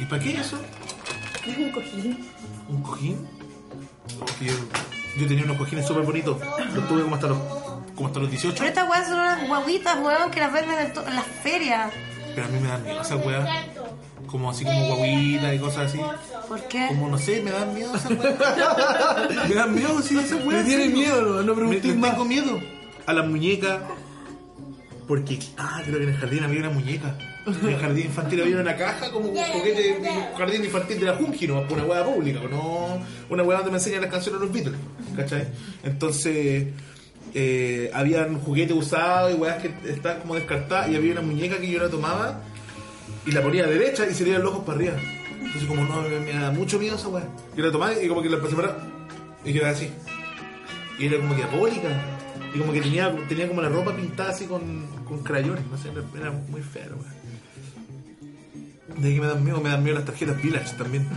[SPEAKER 6] ¿Y para qué eso?
[SPEAKER 9] un cojín.
[SPEAKER 6] ¿Un cojín? Porque yo, yo tenía unos cojines súper bonitos. Los tuve como hasta los, como hasta los 18.
[SPEAKER 4] Pero estas weas son unas guaguitas, weón, que las venden en, to- en las ferias.
[SPEAKER 6] Pero a mí me dan miedo esas weas. Como así como guaguitas y cosas así.
[SPEAKER 4] ¿Por qué?
[SPEAKER 6] Como no sé, me dan miedo esas weas. me dan miedo, sí, esas weas.
[SPEAKER 8] Me tiene
[SPEAKER 6] sí.
[SPEAKER 8] miedo, no, no
[SPEAKER 6] Me, me
[SPEAKER 8] preguntes más.
[SPEAKER 6] tengo miedo. A las muñecas. Porque, ah, creo que en el jardín había una muñeca. En el jardín infantil había una caja como un juguete de un jardín infantil de la Junji, no por una hueá pública, no una hueá donde me enseñan las canciones de los Beatles, ¿cachai? Entonces, eh, habían juguetes usados y hueás que estaban como descartadas y había una muñeca que yo la tomaba y la ponía derecha y se le iban los ojos para arriba. Entonces, como no, me, me da mucho miedo esa "Ah, hueá. Yo la tomaba y como que la pasé para y quedaba así. Y era como diabólica. Y como que tenía, tenía como la ropa pintada así con, con crayones, no sé, era- era muy fea la weá. De ahí que me dan miedo, me dan miedo las tarjetas Village también.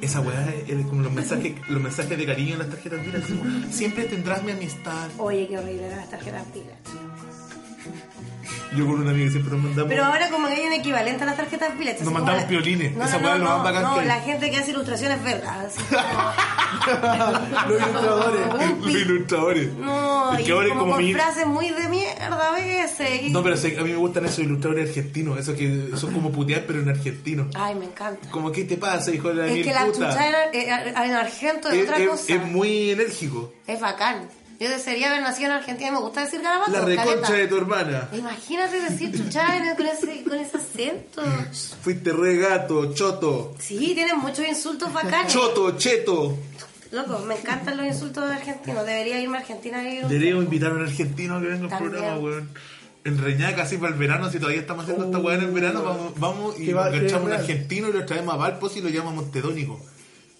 [SPEAKER 6] Esa weá es, es como los mensajes, los mensajes de cariño en las tarjetas Village. como, Siempre tendrás mi amistad.
[SPEAKER 4] Oye, qué horrible eran las tarjetas pilas.
[SPEAKER 6] Yo con una amiga siempre nos mandamos.
[SPEAKER 4] Pero ahora como que hay un equivalente a las tarjetas pilas.
[SPEAKER 6] Nos mandamos piolines. Esa weá
[SPEAKER 4] no,
[SPEAKER 6] es lo más
[SPEAKER 4] no,
[SPEAKER 6] bacán
[SPEAKER 4] no,
[SPEAKER 6] que hay.
[SPEAKER 4] la gente que hace ilustraciones vergas.
[SPEAKER 8] Los ilustradores.
[SPEAKER 6] los ilustradores.
[SPEAKER 4] No,
[SPEAKER 6] Es
[SPEAKER 4] y
[SPEAKER 6] que ahora es
[SPEAKER 4] como,
[SPEAKER 6] como
[SPEAKER 4] con
[SPEAKER 6] mi-
[SPEAKER 4] frases muy de mierda a veces. y-
[SPEAKER 6] No, pero sé- a mí me gustan esos ilustradores argentinos, esos que son como putear pero en argentino.
[SPEAKER 4] Ay, me encanta.
[SPEAKER 6] Como, ¿qué te pasa, hijo de la mil
[SPEAKER 4] Es que la
[SPEAKER 6] puta?
[SPEAKER 4] chucha eh, en, en- en argento es,
[SPEAKER 6] Es-
[SPEAKER 4] otra
[SPEAKER 6] es-
[SPEAKER 4] cosa.
[SPEAKER 6] es muy enérgico.
[SPEAKER 4] Es bacán. Yo desearía haber nacido en Argentina y me gusta decir garabato.
[SPEAKER 6] La
[SPEAKER 4] Ah, caleta.
[SPEAKER 6] reconcha de tu hermana.
[SPEAKER 4] Imagínate decir chuchada en- con ese, con ese acento.
[SPEAKER 6] Fuiste re gato, choto.
[SPEAKER 4] Sí, tienen muchos insultos bacanes.
[SPEAKER 6] Choto, cheto.
[SPEAKER 4] Loco, me encantan los insultos de argentinos. Debería irme a Argentina a vivir un-
[SPEAKER 6] Deberíamos invitar a un argentino que venga al
[SPEAKER 4] También.
[SPEAKER 6] programa, weón. En Reñaca, así para el verano, si todavía estamos haciendo esta weá en el verano,
[SPEAKER 4] Oh.
[SPEAKER 6] vamos, vamos y
[SPEAKER 8] Que va- que
[SPEAKER 6] enganchamos un
[SPEAKER 8] real.
[SPEAKER 6] argentino y lo traemos a Valpos y lo llamamos Montedónico.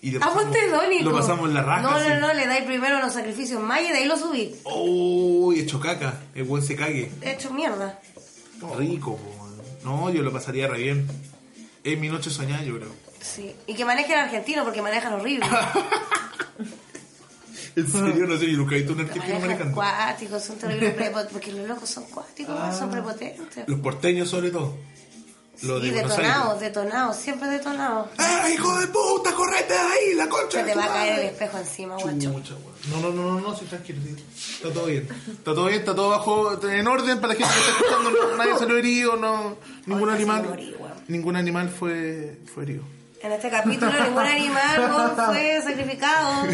[SPEAKER 6] Y le
[SPEAKER 4] A
[SPEAKER 6] pasamos-
[SPEAKER 4] Montedónico.
[SPEAKER 6] Lo pasamos la raja.
[SPEAKER 4] No,
[SPEAKER 6] así.
[SPEAKER 4] no, no, le dais primero los sacrificios más y de ahí lo subís.
[SPEAKER 6] Uy, hecho caca. El buen se cague.
[SPEAKER 4] He hecho mierda.
[SPEAKER 8] Oh.
[SPEAKER 6] Rico, po, weón. No, yo lo pasaría re bien. Es mi noche soñada, yo creo.
[SPEAKER 4] Sí. Y que maneje el argentino porque manejan horrible.
[SPEAKER 6] En serio, no sé, yo nunca he visto un argentino
[SPEAKER 4] manejan
[SPEAKER 6] manejando.
[SPEAKER 4] cuáticos, son terribles prepotentes. Porque los locos son cuáticos,
[SPEAKER 6] Ah.
[SPEAKER 4] son prepotentes.
[SPEAKER 6] Los porteños, sobre todo. Los
[SPEAKER 4] y
[SPEAKER 6] de Buenos
[SPEAKER 4] detonados,
[SPEAKER 6] Aires.
[SPEAKER 4] detonados, siempre detonados.
[SPEAKER 6] ¡Ah, hijo de puta! ¡Correte de ahí! ¡La concha!
[SPEAKER 4] Se
[SPEAKER 6] de
[SPEAKER 4] te
[SPEAKER 6] tu
[SPEAKER 4] va a caer el
[SPEAKER 6] madre!
[SPEAKER 4] espejo encima, guacho.
[SPEAKER 6] Chucha, weón. No, no, no, no, no, sí, tranquilo. sí. Está todo bien. Está todo bien, está todo bajo, en orden para la gente que está escuchando. no- nadie salió herido, no. Ningún
[SPEAKER 4] Ay, casi
[SPEAKER 6] animal.
[SPEAKER 4] me morí, weón.
[SPEAKER 6] Ningún animal fue, fue herido.
[SPEAKER 4] En este capítulo ningún animal weón, fue sacrificado.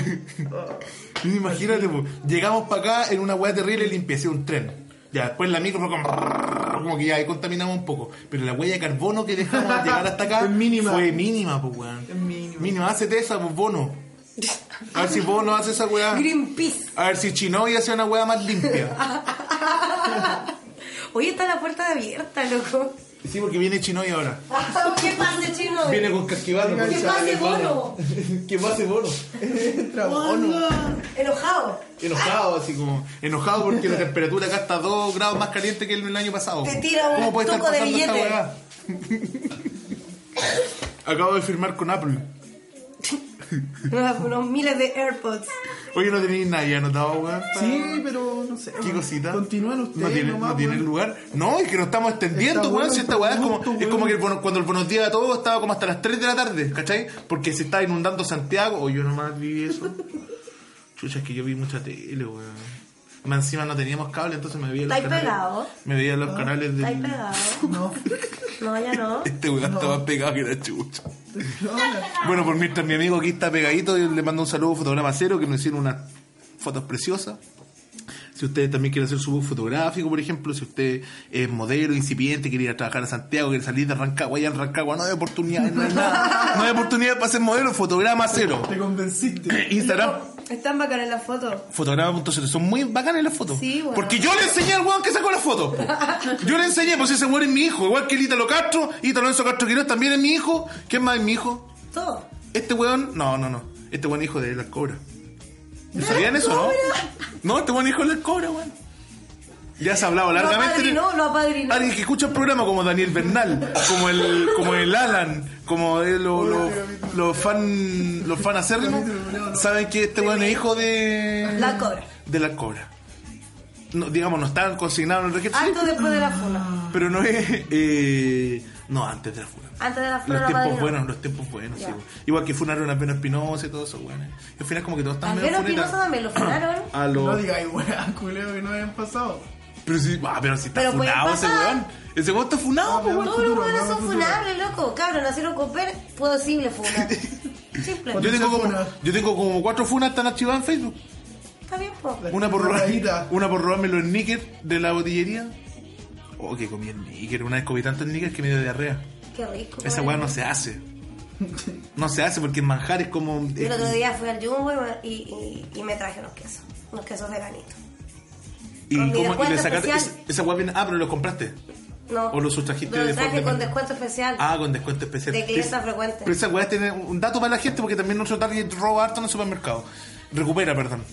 [SPEAKER 6] Imagínate, po, llegamos para acá en una weá terrible y limpieza un tren. Ya, después la micro fue como, como que ya ahí contaminamos un poco. Pero la huella de carbono que dejamos al llegar hasta acá
[SPEAKER 8] Fue mínima.
[SPEAKER 6] fue mínima, pues weón.
[SPEAKER 8] Es mínima.
[SPEAKER 6] hacete esa, pues bono. A ver si bono hace esa weá.
[SPEAKER 4] Greenpeace.
[SPEAKER 6] A ver si Chinoy hace una weá más limpia.
[SPEAKER 4] Hoy está la puerta abierta, loco.
[SPEAKER 6] Sí, porque viene Chinoy ahora.
[SPEAKER 4] ¿Qué pasa, chino?
[SPEAKER 8] Ah.
[SPEAKER 6] Viene con casquivano.
[SPEAKER 4] ¿Qué pasa, bono?
[SPEAKER 6] ¿Qué pase bono?
[SPEAKER 8] Entra bono.
[SPEAKER 4] Enojado.
[SPEAKER 6] Enojado, así como. Enojado porque la temperatura acá está 2 grados más caliente que el año pasado.
[SPEAKER 4] Te tira un
[SPEAKER 6] ¿Cómo puede estar
[SPEAKER 4] tuco de
[SPEAKER 6] pasando esta
[SPEAKER 4] billete.
[SPEAKER 6] weá? Acabo de firmar con Apple.
[SPEAKER 4] Unos, unos miles de AirPods.
[SPEAKER 6] Oye, no tenéis nadie anotado, weón. para-
[SPEAKER 8] Sí, pero no sé.
[SPEAKER 6] ¿Qué cosita?
[SPEAKER 8] Continúen ustedes.
[SPEAKER 6] No tiene,
[SPEAKER 8] nomás,
[SPEAKER 6] no tiene
[SPEAKER 8] weón.
[SPEAKER 6] lugar. No, es que nos estamos extendiendo,
[SPEAKER 8] Está
[SPEAKER 6] weón.
[SPEAKER 8] bueno
[SPEAKER 6] si esta
[SPEAKER 8] el
[SPEAKER 6] weá es como,
[SPEAKER 8] producto,
[SPEAKER 6] es como
[SPEAKER 8] weón.
[SPEAKER 6] que el bono- cuando el buenos días a todos estaba como hasta las 3 de la tarde, ¿cachai? Porque se está inundando Santiago. O yo nomás vi eso. Chucha, es que yo vi mucha tele, weón. Más encima no teníamos cable, entonces me veía los
[SPEAKER 4] ¿Estáis
[SPEAKER 6] canales.
[SPEAKER 4] pegados?
[SPEAKER 6] Me veía
[SPEAKER 8] Ah.
[SPEAKER 6] los canales de.
[SPEAKER 4] ¿Estáis pegado?
[SPEAKER 8] No.
[SPEAKER 4] No, ya no.
[SPEAKER 6] Este weón está más pegado que la chucha. Bueno, por mientras mi amigo aquí está pegadito, yo le mando un saludo a Fotograma Cero, que nos hicieron unas fotos preciosas. Si ustedes también quieren hacer su book fotográfico, por ejemplo, si usted es modelo, incipiente, quiere ir a trabajar a Santiago, quiere salir de Rancagua, allá en Rancagua no hay oportunidades, no hay nada. No hay oportunidades para ser modelo, fotograma cero.
[SPEAKER 8] Te convenciste.
[SPEAKER 6] Instagram,
[SPEAKER 4] Están bacanas las fotos.
[SPEAKER 6] fotograma.cero. Son muy bacanas las fotos.
[SPEAKER 4] Sí, weón.
[SPEAKER 6] Porque yo le enseñé al weón que sacó las fotos. po. Yo le enseñé, pues ese weón es mi hijo. Igual que el Ítalo Castro, Ítalo Enzo Castro Quiroz también es mi hijo. ¿Quién más es mi hijo?
[SPEAKER 4] Todo.
[SPEAKER 6] Este weón, no, no, no. Este weón es hijo de las cobras. ¿Sabían eso, no? No, este weón es hijo de las cobras, weón. Ya se ha hablado
[SPEAKER 4] Lo
[SPEAKER 6] largamente. de-
[SPEAKER 4] apadrinó, lo apadrinó.
[SPEAKER 6] Alguien que escucha el programa como Daniel Bernal, como el, como el Alan, como el- lo- lo- los fan, los fan acérrimos, saben que este weón es hijo de.
[SPEAKER 4] La cobra.
[SPEAKER 6] De la cobra. No, digamos, no están consignados en el registro,
[SPEAKER 4] Antes o después de la funa.
[SPEAKER 6] pero no es. eh, no, antes de la funa.
[SPEAKER 4] Antes de la funa
[SPEAKER 6] Los
[SPEAKER 4] lo
[SPEAKER 6] tiempos
[SPEAKER 4] apadrinó.
[SPEAKER 6] buenos, los tiempos buenos, sí,
[SPEAKER 4] Ya.
[SPEAKER 6] güey. Igual que funaron a Albeno Espinosa y todo eso, güey. Al final como que todos están
[SPEAKER 4] Al
[SPEAKER 6] medio
[SPEAKER 4] menos Pinoza
[SPEAKER 6] funetas.
[SPEAKER 4] también lo funaron.
[SPEAKER 6] A
[SPEAKER 8] No
[SPEAKER 6] los...
[SPEAKER 8] digáis, weón, culero, que no hayan pasado.
[SPEAKER 6] Pero sí, ah, pero si está
[SPEAKER 4] Pero puede
[SPEAKER 6] funado ese
[SPEAKER 4] pasar.
[SPEAKER 6] weón. Ese weón está funado, pues,
[SPEAKER 8] no,
[SPEAKER 6] weón.
[SPEAKER 4] Todos los
[SPEAKER 8] futuro,
[SPEAKER 4] humanos
[SPEAKER 8] no,
[SPEAKER 4] son
[SPEAKER 8] futuro.
[SPEAKER 4] funables, loco. Cabrón, nacieron con per, posible funar. Simple.
[SPEAKER 6] Yo tengo, como,
[SPEAKER 8] funas.
[SPEAKER 6] yo tengo como cuatro funas tan archivadas en Facebook.
[SPEAKER 4] Está bien, po.
[SPEAKER 6] Una por, robar,
[SPEAKER 8] Rodadita.
[SPEAKER 6] una por robarme los níquers de la botillería. Oh, que comí el níquer. Una vez comí tantos níquers que me dio diarrea.
[SPEAKER 4] Qué rico.
[SPEAKER 6] Esa weá no se hace. No se hace porque manjar es como... eh,
[SPEAKER 4] Yo el otro día fui al Jumbo y, me- y, y- y me traje unos quesos. Unos quesos veganitos.
[SPEAKER 6] y,
[SPEAKER 4] con mi
[SPEAKER 6] cómo- y le
[SPEAKER 4] descuento
[SPEAKER 6] sacaste...
[SPEAKER 4] especial.
[SPEAKER 6] esa- Esa weá viene... Ah, pero los compraste.
[SPEAKER 4] No.
[SPEAKER 6] O los sustrajiste
[SPEAKER 4] Pero
[SPEAKER 6] de
[SPEAKER 4] los traje
[SPEAKER 6] forma-
[SPEAKER 4] con descuento especial.
[SPEAKER 6] Ah, con descuento especial.
[SPEAKER 4] De clienta
[SPEAKER 6] Esa-
[SPEAKER 4] frecuente.
[SPEAKER 6] Pero esa weá tiene un dato para la gente porque también nuestro target roba harto en el supermercado. Recupera, perdón.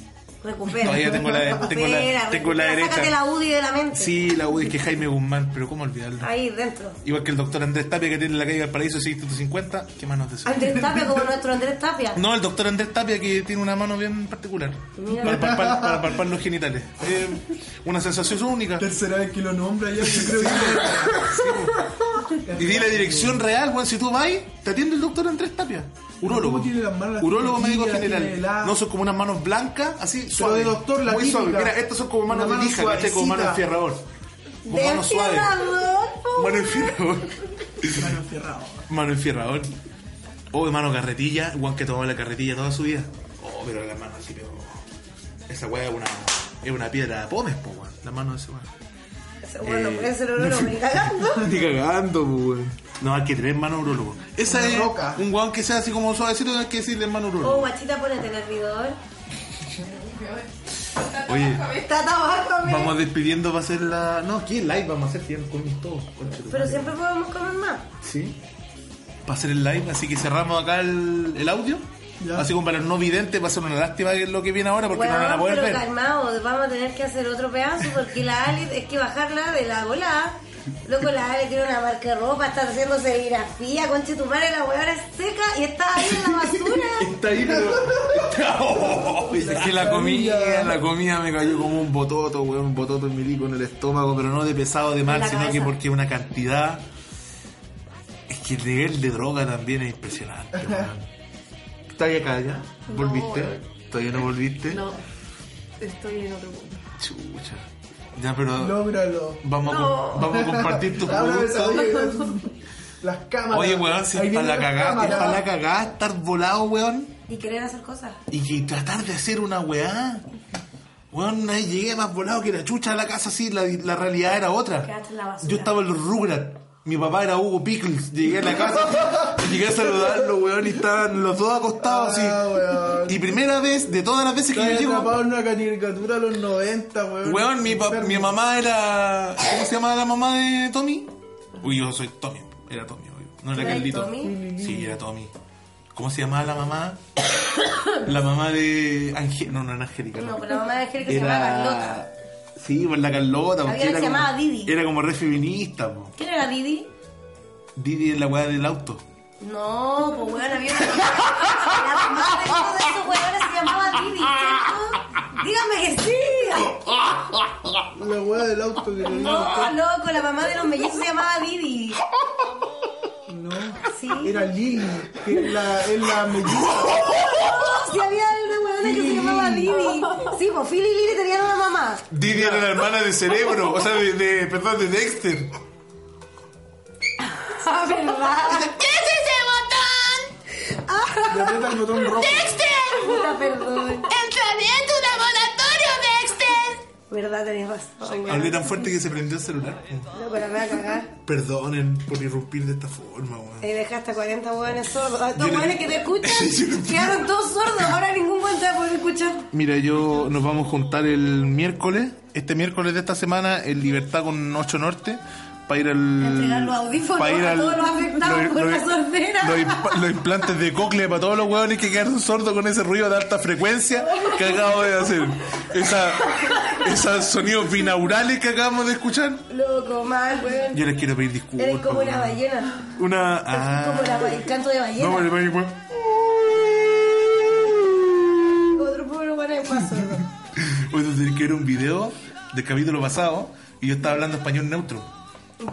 [SPEAKER 4] Recupera.
[SPEAKER 6] Todavía tengo la- tengo la-
[SPEAKER 4] Recupera,
[SPEAKER 6] tengo la
[SPEAKER 4] recupera,
[SPEAKER 6] derecha.
[SPEAKER 4] Sácate la UDI de la mente.
[SPEAKER 6] Sí, la UDI que Jaime Guzmán, pero ¿cómo olvidarlo?
[SPEAKER 4] Ahí dentro.
[SPEAKER 6] Igual que el doctor Andrés Tapia que tiene la calle Valparaíso 650, ¿qué más nos desea?
[SPEAKER 4] Andrés Tapia, como nuestro Andrés Tapia.
[SPEAKER 6] No, el doctor Andrés Tapia que tiene una mano bien particular
[SPEAKER 4] Mira.
[SPEAKER 6] para palpar, para palpar los genitales. Eh, una sensación única.
[SPEAKER 8] Tercera vez que lo nombra ya, yo creo que...
[SPEAKER 6] Y di la dirección real, weón. Si tú vas, te atiende el doctor Andrés Tapia. Urólogo.
[SPEAKER 8] ¿Cómo tiene las manos? Las
[SPEAKER 6] Urólogo médico
[SPEAKER 8] costillas, tiene
[SPEAKER 6] general.
[SPEAKER 8] la-
[SPEAKER 6] No son como unas manos blancas, así suaves.
[SPEAKER 8] doctor, la
[SPEAKER 6] Muy
[SPEAKER 8] típica.
[SPEAKER 6] suaves. Mira, estas son como manos
[SPEAKER 8] Una
[SPEAKER 6] de
[SPEAKER 8] mano
[SPEAKER 6] lija, ¿cachai? Como manos de
[SPEAKER 8] suavecita.
[SPEAKER 6] fierrador. Como
[SPEAKER 4] De
[SPEAKER 6] manos suaves.
[SPEAKER 4] Rodolfo.
[SPEAKER 6] Mano enfierrador.
[SPEAKER 8] Mano encerrado.
[SPEAKER 6] Mano enfierrador. Oh, mano carretilla. Juan que tomó la carretilla toda su vida. Oh, pero la mano así, pero. Esa weá es una, es una piedra de pomes, po, weón. La mano de ese weón.
[SPEAKER 4] Ese weón
[SPEAKER 6] Eh,
[SPEAKER 4] no puede ser urólogo, ni cagando.
[SPEAKER 2] Ni cagando, weón.
[SPEAKER 6] No, hay que tener mano urólogo. Esa
[SPEAKER 8] Una
[SPEAKER 6] es
[SPEAKER 8] roca.
[SPEAKER 6] un guan que sea así como suavecito, hay que decirle mano
[SPEAKER 4] Oh,
[SPEAKER 6] urólogo.
[SPEAKER 4] guachita, ponete el hervidor.
[SPEAKER 6] Oye,
[SPEAKER 4] Está tabaco, mira.
[SPEAKER 6] vamos despidiendo, va a ser la. No, aquí el live vamos a hacer 100 con todos. conche tu
[SPEAKER 4] Pero
[SPEAKER 6] madre.
[SPEAKER 4] siempre podemos comer más.
[SPEAKER 6] Sí. Va a ser el live, así que cerramos acá el, el audio.
[SPEAKER 8] Ya.
[SPEAKER 6] Así como para los no videntes, va a ser una lástima que es lo que viene ahora porque no lo van a
[SPEAKER 4] Weón,
[SPEAKER 6] poder
[SPEAKER 4] pero
[SPEAKER 6] ver.
[SPEAKER 4] calmado, vamos a tener que hacer otro pedazo porque la Ale es que bajarla de la volada. Loco, la Ale tiene una marca de ropa, está haciendo serigrafía, conche tu madre, la weona es seca y está ahí en la basura.
[SPEAKER 2] Está ahí, pero.
[SPEAKER 6] Oh,
[SPEAKER 2] es que la comida, la comida me cayó como un bototo, weón, un bototo en mi lico en el estómago, pero no de pesado de
[SPEAKER 4] En
[SPEAKER 6] mal,
[SPEAKER 4] la
[SPEAKER 6] sino que
[SPEAKER 4] cabeza.
[SPEAKER 6] porque una cantidad. Es que el nivel de droga también es impresionante, weón.
[SPEAKER 2] ¿Estás acá ya? ¿Volviste? ¿Todavía no volviste?
[SPEAKER 9] No, estoy en otro mundo.
[SPEAKER 2] Chucha. Ya, pero
[SPEAKER 8] Lógralo.
[SPEAKER 6] Vamos, a,
[SPEAKER 4] No.
[SPEAKER 6] com- vamos a compartir tus
[SPEAKER 8] Ahora me
[SPEAKER 6] productos.
[SPEAKER 8] salió Las cámaras.
[SPEAKER 6] Oye, weón, si
[SPEAKER 8] Ahí
[SPEAKER 6] está
[SPEAKER 8] vienen
[SPEAKER 6] la
[SPEAKER 8] las
[SPEAKER 6] cagada,
[SPEAKER 8] cámaras.
[SPEAKER 6] está la cagada, estar volado, weón,
[SPEAKER 4] Y querer hacer cosas.
[SPEAKER 6] y que tratar de hacer una weá. Weón, nadie llegué más volado que la chucha a la casa, sí, la, la realidad era otra.
[SPEAKER 4] Quedaste en la basura.
[SPEAKER 6] Yo estaba en los Rugrats. Mi papá era Hugo Pickles, llegué a la casa, llegué a saludarlo, weón, y estaban los dos acostados así.
[SPEAKER 8] Ah, weón.
[SPEAKER 6] Y primera vez, de todas las veces que yo
[SPEAKER 8] Estaba
[SPEAKER 6] llego,
[SPEAKER 8] atrapado en una caricatura a los 90, weón.
[SPEAKER 6] Weón, mi, pa-
[SPEAKER 8] Enfermo.
[SPEAKER 6] mi mamá era. ¿Cómo se llama la mamá de Tommy? Uy, yo soy Tommy. Era Tommy, obvio. No era
[SPEAKER 4] ¿Era el
[SPEAKER 6] Carlito.
[SPEAKER 4] Tommy?
[SPEAKER 6] Sí, era Tommy. ¿Cómo se llamaba la mamá? la mamá de. Ange- No, no era Angélica.
[SPEAKER 4] No,
[SPEAKER 6] no.
[SPEAKER 4] pero la mamá de Angélica se llamaba Carlota.
[SPEAKER 6] Era. Sí, por la Carlota. porque
[SPEAKER 4] Había una que
[SPEAKER 6] era
[SPEAKER 4] se
[SPEAKER 6] como-
[SPEAKER 4] llamaba Didi.
[SPEAKER 6] Era como re feminista, po.
[SPEAKER 4] ¿Quién era Didi?
[SPEAKER 6] Didi es la weá del auto.
[SPEAKER 4] No, pues weón, había una. La mamá de uno de esos weones se llamaba Didi, ¿cierto? Dígame que sí.
[SPEAKER 8] La weá del auto que le dio.
[SPEAKER 4] No, loco, la mamá de los mellizos se llamaba Didi.
[SPEAKER 8] No.
[SPEAKER 4] Sí.
[SPEAKER 8] Era Lili, que es la, es la melliza.
[SPEAKER 4] Si Oh, había una weona que se llamaba Didi. Sí, pues Phil y Lili tenían una mamá.
[SPEAKER 6] Didi era la hermana de Cerebro, o sea, de, de- perdón, de Dexter.
[SPEAKER 4] Ah, verdad.
[SPEAKER 5] ¿Qué es ese botón?
[SPEAKER 8] Le aprieta el botón rojo.
[SPEAKER 5] ¡Dexter!
[SPEAKER 4] Puta, perdón.
[SPEAKER 5] ¡Entraría en tu laboratorio, Dexter!
[SPEAKER 4] Verdad, tenés razón, weón.
[SPEAKER 6] Hablé tan fuerte que se prendió el celular.
[SPEAKER 4] No, pero me voy a cagar.
[SPEAKER 6] Perdonen por irrumpir de esta forma, weón.
[SPEAKER 4] Ahí dejaste a 40 weones sordos. A
[SPEAKER 6] Yo
[SPEAKER 4] Estos
[SPEAKER 6] le-
[SPEAKER 4] weones que te
[SPEAKER 6] Yo le-
[SPEAKER 4] escuchan quedaron todos sordos. Ahora ningún weón te va a poder escuchar.
[SPEAKER 6] Mira, yo nos vamos a juntar el miércoles, este miércoles de esta semana, en Libertad con 8 Norte, para ir al...
[SPEAKER 4] Entregar los audífonos a todos los afectados por la sordera.
[SPEAKER 6] los imp- los implantes de cóclea para todos los huevones que quedaron sordos con ese ruido de alta frecuencia que acabo de hacer. Esa, esos sonidos binaurales que acabamos de escuchar.
[SPEAKER 4] Loco, mal, weón.
[SPEAKER 6] Yo les quiero pedir disculpas.
[SPEAKER 4] Eres como una
[SPEAKER 6] weón.
[SPEAKER 4] ballena.
[SPEAKER 6] Una... ah.
[SPEAKER 4] Como la ba- el canto de ballena.
[SPEAKER 6] No, vale, vale, weón.
[SPEAKER 4] Otro pobre weón es más sordo.
[SPEAKER 6] Hoy tendré que ver un video del capítulo pasado y yo estaba hablando español neutro.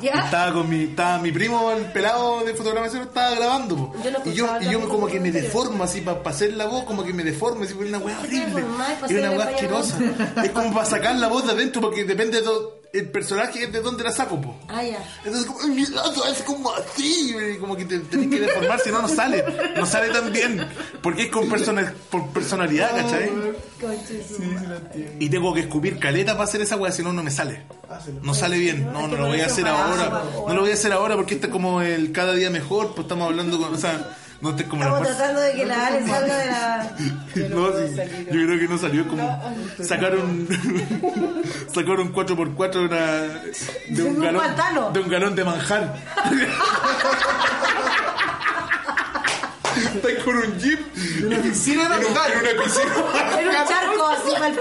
[SPEAKER 4] ¿Ya?
[SPEAKER 6] Estaba con mi, estaba mi primo, el pelado de fotogramación, estaba grabando. po.
[SPEAKER 4] Yo no
[SPEAKER 6] y yo,
[SPEAKER 4] escuchaba
[SPEAKER 6] y yo
[SPEAKER 4] tanto
[SPEAKER 6] como que me
[SPEAKER 4] comentario.
[SPEAKER 6] deformo así para hacer la voz, como que me deformo, así por una weá horrible.
[SPEAKER 4] deformás pa'
[SPEAKER 6] Es una
[SPEAKER 4] hacer
[SPEAKER 6] weá
[SPEAKER 4] el
[SPEAKER 6] asquerosa. Es como para sacar la voz de adentro, porque depende de do- el personaje es de dónde la saco, po.
[SPEAKER 4] Ah, ya.
[SPEAKER 6] Entonces como, "Ay, eso es como así, y como que te tenés que deformar, si no no sale, no sale tan bien. Porque es con persona- por personalidad, ¿cachai?
[SPEAKER 4] Conche su
[SPEAKER 8] Sí, sí, lo entiendo.
[SPEAKER 6] Y tengo que escupir caleta para hacer esa weá, si no, no me sale.
[SPEAKER 8] Hácelo.
[SPEAKER 6] No sale bien. No, no lo voy a hacer ahora. No lo voy a hacer ahora porque está como el cada día mejor, pues estamos hablando con. O sea, no estés como
[SPEAKER 4] Estamos
[SPEAKER 6] la fuerza.
[SPEAKER 4] tratando de que la Ale salga de la.
[SPEAKER 6] No, sí, yo creo que no salió como. Sacaron. sacaron 4x4 de, una- de
[SPEAKER 4] De
[SPEAKER 6] un
[SPEAKER 4] un
[SPEAKER 6] galón.
[SPEAKER 4] pantano.
[SPEAKER 6] De un galón de manjar. Estáis con un jeep.
[SPEAKER 3] En una piscina de
[SPEAKER 6] En, un- en
[SPEAKER 3] navegar,
[SPEAKER 6] una piscina.
[SPEAKER 4] Era un charco así para el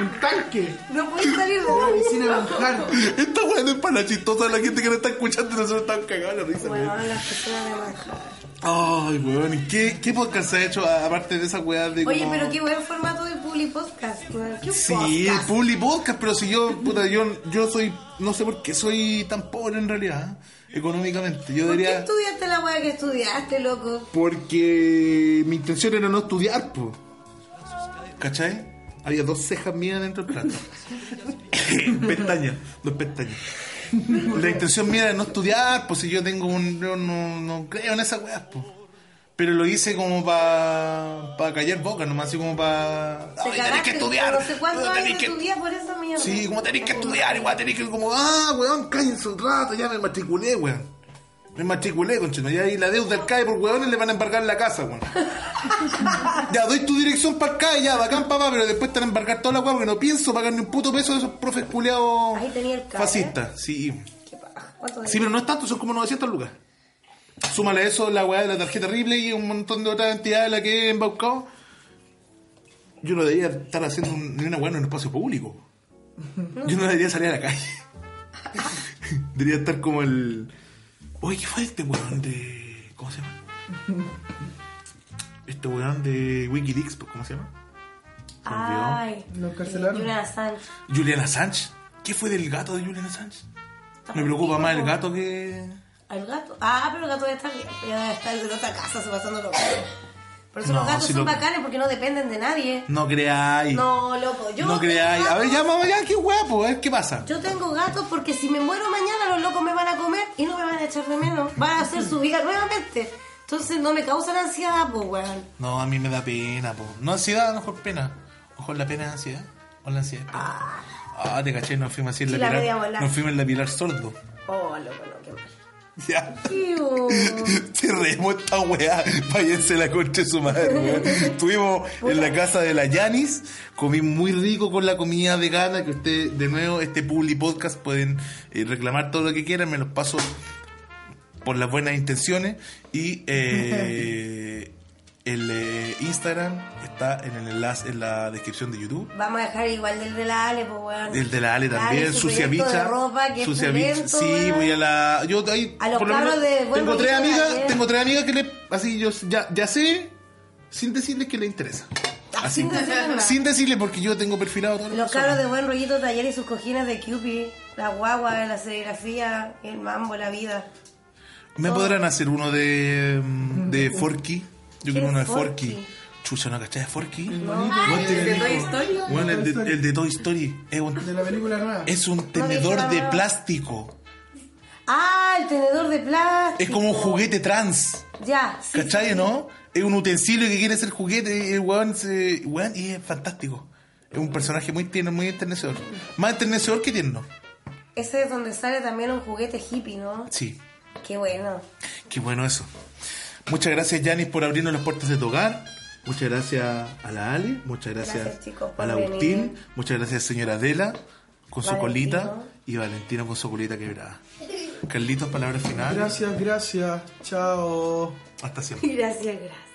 [SPEAKER 3] un tanque.
[SPEAKER 4] No puedes salir de
[SPEAKER 3] Una
[SPEAKER 4] ahí.
[SPEAKER 3] piscina de manjar.
[SPEAKER 6] Esta weá no es para la chistosa la gente que no está escuchando y nosotros estamos cagados de la risa.
[SPEAKER 4] Bueno, las personas de manjar.
[SPEAKER 6] Ay, weón, ¿y ¿qué, qué podcast se ha hecho a- aparte de esa weá de
[SPEAKER 4] Oye,
[SPEAKER 6] como-
[SPEAKER 4] pero qué buen formato de public podcast, weón. Qué
[SPEAKER 6] Sí,
[SPEAKER 4] podcast.
[SPEAKER 6] Publi Podcast, pero si yo, puta, yo, yo soy, no sé por qué soy tan pobre en realidad, ¿eh? económicamente. Yo
[SPEAKER 4] ¿Por qué
[SPEAKER 6] diría,
[SPEAKER 4] estudiaste la weá que estudiaste, loco?
[SPEAKER 6] porque mi intención era no estudiar, po. ¿Cachai? Había dos cejas mías dentro del plato. pestañas, dos pestañas. La intención mía era no estudiar, pues si yo tengo un. Yo no, no creo en esas weas, pues. Pero lo hice como para pa callar boca, nomás así como para.
[SPEAKER 4] Te
[SPEAKER 6] tenés que
[SPEAKER 4] cagaste
[SPEAKER 6] estudiar!
[SPEAKER 4] No sé cuántos
[SPEAKER 6] tenés
[SPEAKER 4] años
[SPEAKER 6] que-
[SPEAKER 4] de tu vida por esa mierda.
[SPEAKER 6] Sí, como tenéis que estudiar, igual tenéis que como, ah, weón, cállense un rato, ya me matriculé, weón. Me matriculé, conchino, ya ahí la deuda al CAE por weones le van a embargar la casa, weón. ya, doy tu dirección para el CAE, ya, bacán, papá, pero después te van a embargar toda la weón, porque no pienso pagar ni un puto peso de esos profes culeados
[SPEAKER 4] Ahí tenía el CAE.
[SPEAKER 6] fascistas. Sí,
[SPEAKER 4] Qué paja. ¿Cuántos
[SPEAKER 6] sí, pero no es tanto, son como 900 lucas. Súmale a eso la weá de la tarjeta Ripley y un montón de otras entidades a las que he embaucado. Yo no debería estar haciendo un- ni una weá en un espacio público. Yo no debería salir a la calle. debería estar como el. Oye, ¿qué fue este weón de. ¿Cómo se llama? Este weón de Wikileaks, pues, ¿cómo se llama? Se me olvidó.
[SPEAKER 4] Ay.
[SPEAKER 3] Lo encarcelaron.
[SPEAKER 4] Julian Assange.
[SPEAKER 6] Julian Assange. ¿Qué fue del gato de Julian Assange? Me preocupa más el gato que.
[SPEAKER 4] ¿Al gato? Ah, pero el gato debe estar bien. Ya debe estar en otra casa, se pasando loco. Por eso
[SPEAKER 6] No,
[SPEAKER 4] los gatos
[SPEAKER 6] si
[SPEAKER 4] son
[SPEAKER 6] lo-
[SPEAKER 4] bacanes porque no dependen de nadie.
[SPEAKER 6] No creáis.
[SPEAKER 4] No, loco. Yo
[SPEAKER 6] no
[SPEAKER 4] tengo
[SPEAKER 6] creáis. A ver, ya,
[SPEAKER 4] gatos-
[SPEAKER 6] mamá, ya, qué guapo, a ver qué pasa.
[SPEAKER 4] Yo tengo gatos porque si me muero mañana los locos me van a comer y no me van a echar de menos. Van a hacer su vida nuevamente. Entonces no me causan ansiedad, pues, weón.
[SPEAKER 6] No, a mí me da pena, po. No ansiedad, a lo mejor pena. Ojo, la pena es ansiedad. O la ansiedad es pena. Ah, te caché, nos fuimos así en la,
[SPEAKER 4] Sí, la media
[SPEAKER 6] pilar.
[SPEAKER 4] volada.
[SPEAKER 6] Nos fuimos en la pilar sordo.
[SPEAKER 4] Oh, loco, no, qué mal.
[SPEAKER 6] Ya.
[SPEAKER 4] Iu.
[SPEAKER 6] Cerremos esta weá. Váyanse la concha de su madre, weón. Estuvimos en la casa de la Yanis. Comí muy rico con la comida vegana. Que usted, de nuevo, este Publi Podcast pueden eh, reclamar todo lo que quieran. Me los paso por las buenas intenciones. Y eh, el eh, Instagram está en el enlace en la descripción de YouTube.
[SPEAKER 4] Vamos a dejar igual del de la Ale, pues, weón.
[SPEAKER 6] El de la Ale también,
[SPEAKER 4] su
[SPEAKER 6] sucia
[SPEAKER 4] proyecto
[SPEAKER 6] bicha.
[SPEAKER 4] De ropa, que es
[SPEAKER 6] sucia bicha.
[SPEAKER 4] pulento,
[SPEAKER 6] Sí,
[SPEAKER 4] weón.
[SPEAKER 6] voy a la. Yo ahí.
[SPEAKER 4] A los
[SPEAKER 6] por lo
[SPEAKER 4] cabros
[SPEAKER 6] menos,
[SPEAKER 4] de buen
[SPEAKER 6] Tengo
[SPEAKER 4] boquete
[SPEAKER 6] tres
[SPEAKER 4] de
[SPEAKER 6] amigas,
[SPEAKER 4] ayer.
[SPEAKER 6] tengo tres amigas que le. Así yo ya, ya sé, sin decirles que le interesa.
[SPEAKER 4] Ah,
[SPEAKER 6] Así.
[SPEAKER 4] sin decirle nada.
[SPEAKER 6] Sin decirle, porque yo tengo perfilado todo
[SPEAKER 4] Los cabros de buen rollito taller y sus cojines de Cupid, la guagua, la serigrafía, el mambo, la vida.
[SPEAKER 6] ¿Me podrán hacer uno de. mm, de Forky? Yo
[SPEAKER 4] ¿Qué
[SPEAKER 6] quiero uno de
[SPEAKER 4] es Forky?
[SPEAKER 6] Forky. Chucha, ¿no cachai de Forky?
[SPEAKER 10] ¿El de Toy Story?
[SPEAKER 6] Bueno, el de, el de Toy Story. Es un,
[SPEAKER 3] De la película nueva.
[SPEAKER 6] es un
[SPEAKER 4] dije
[SPEAKER 6] tenedor
[SPEAKER 4] nada
[SPEAKER 6] de
[SPEAKER 4] más.
[SPEAKER 6] plástico.
[SPEAKER 4] Ah, el tenedor de plástico.
[SPEAKER 6] Es como un juguete trans.
[SPEAKER 4] Ya, sí.
[SPEAKER 6] ¿Cachai, no? Es un utensilio que quiere ser juguete, el weón, se- weón, y es fantástico. Es un personaje muy tierno, muy enternecedor. Más enternecedor que tierno.
[SPEAKER 4] Ese es donde sale también un juguete hippie, ¿no?
[SPEAKER 6] Sí,
[SPEAKER 4] Qué bueno.
[SPEAKER 6] qué bueno eso. Muchas gracias, Yanis, por abrirnos las puertas de tu hogar. Muchas gracias a la Ale. Muchas gracias,
[SPEAKER 4] Gracias, chicos, por
[SPEAKER 6] a la Agustín.
[SPEAKER 4] venir.
[SPEAKER 6] Muchas gracias, señora Adela, con su
[SPEAKER 4] Valentino.
[SPEAKER 6] colita. Y Valentino con su colita quebrada. Carlitos, palabras finales.
[SPEAKER 3] Gracias, gracias. Chao.
[SPEAKER 6] Hasta siempre.
[SPEAKER 4] Gracias, gracias.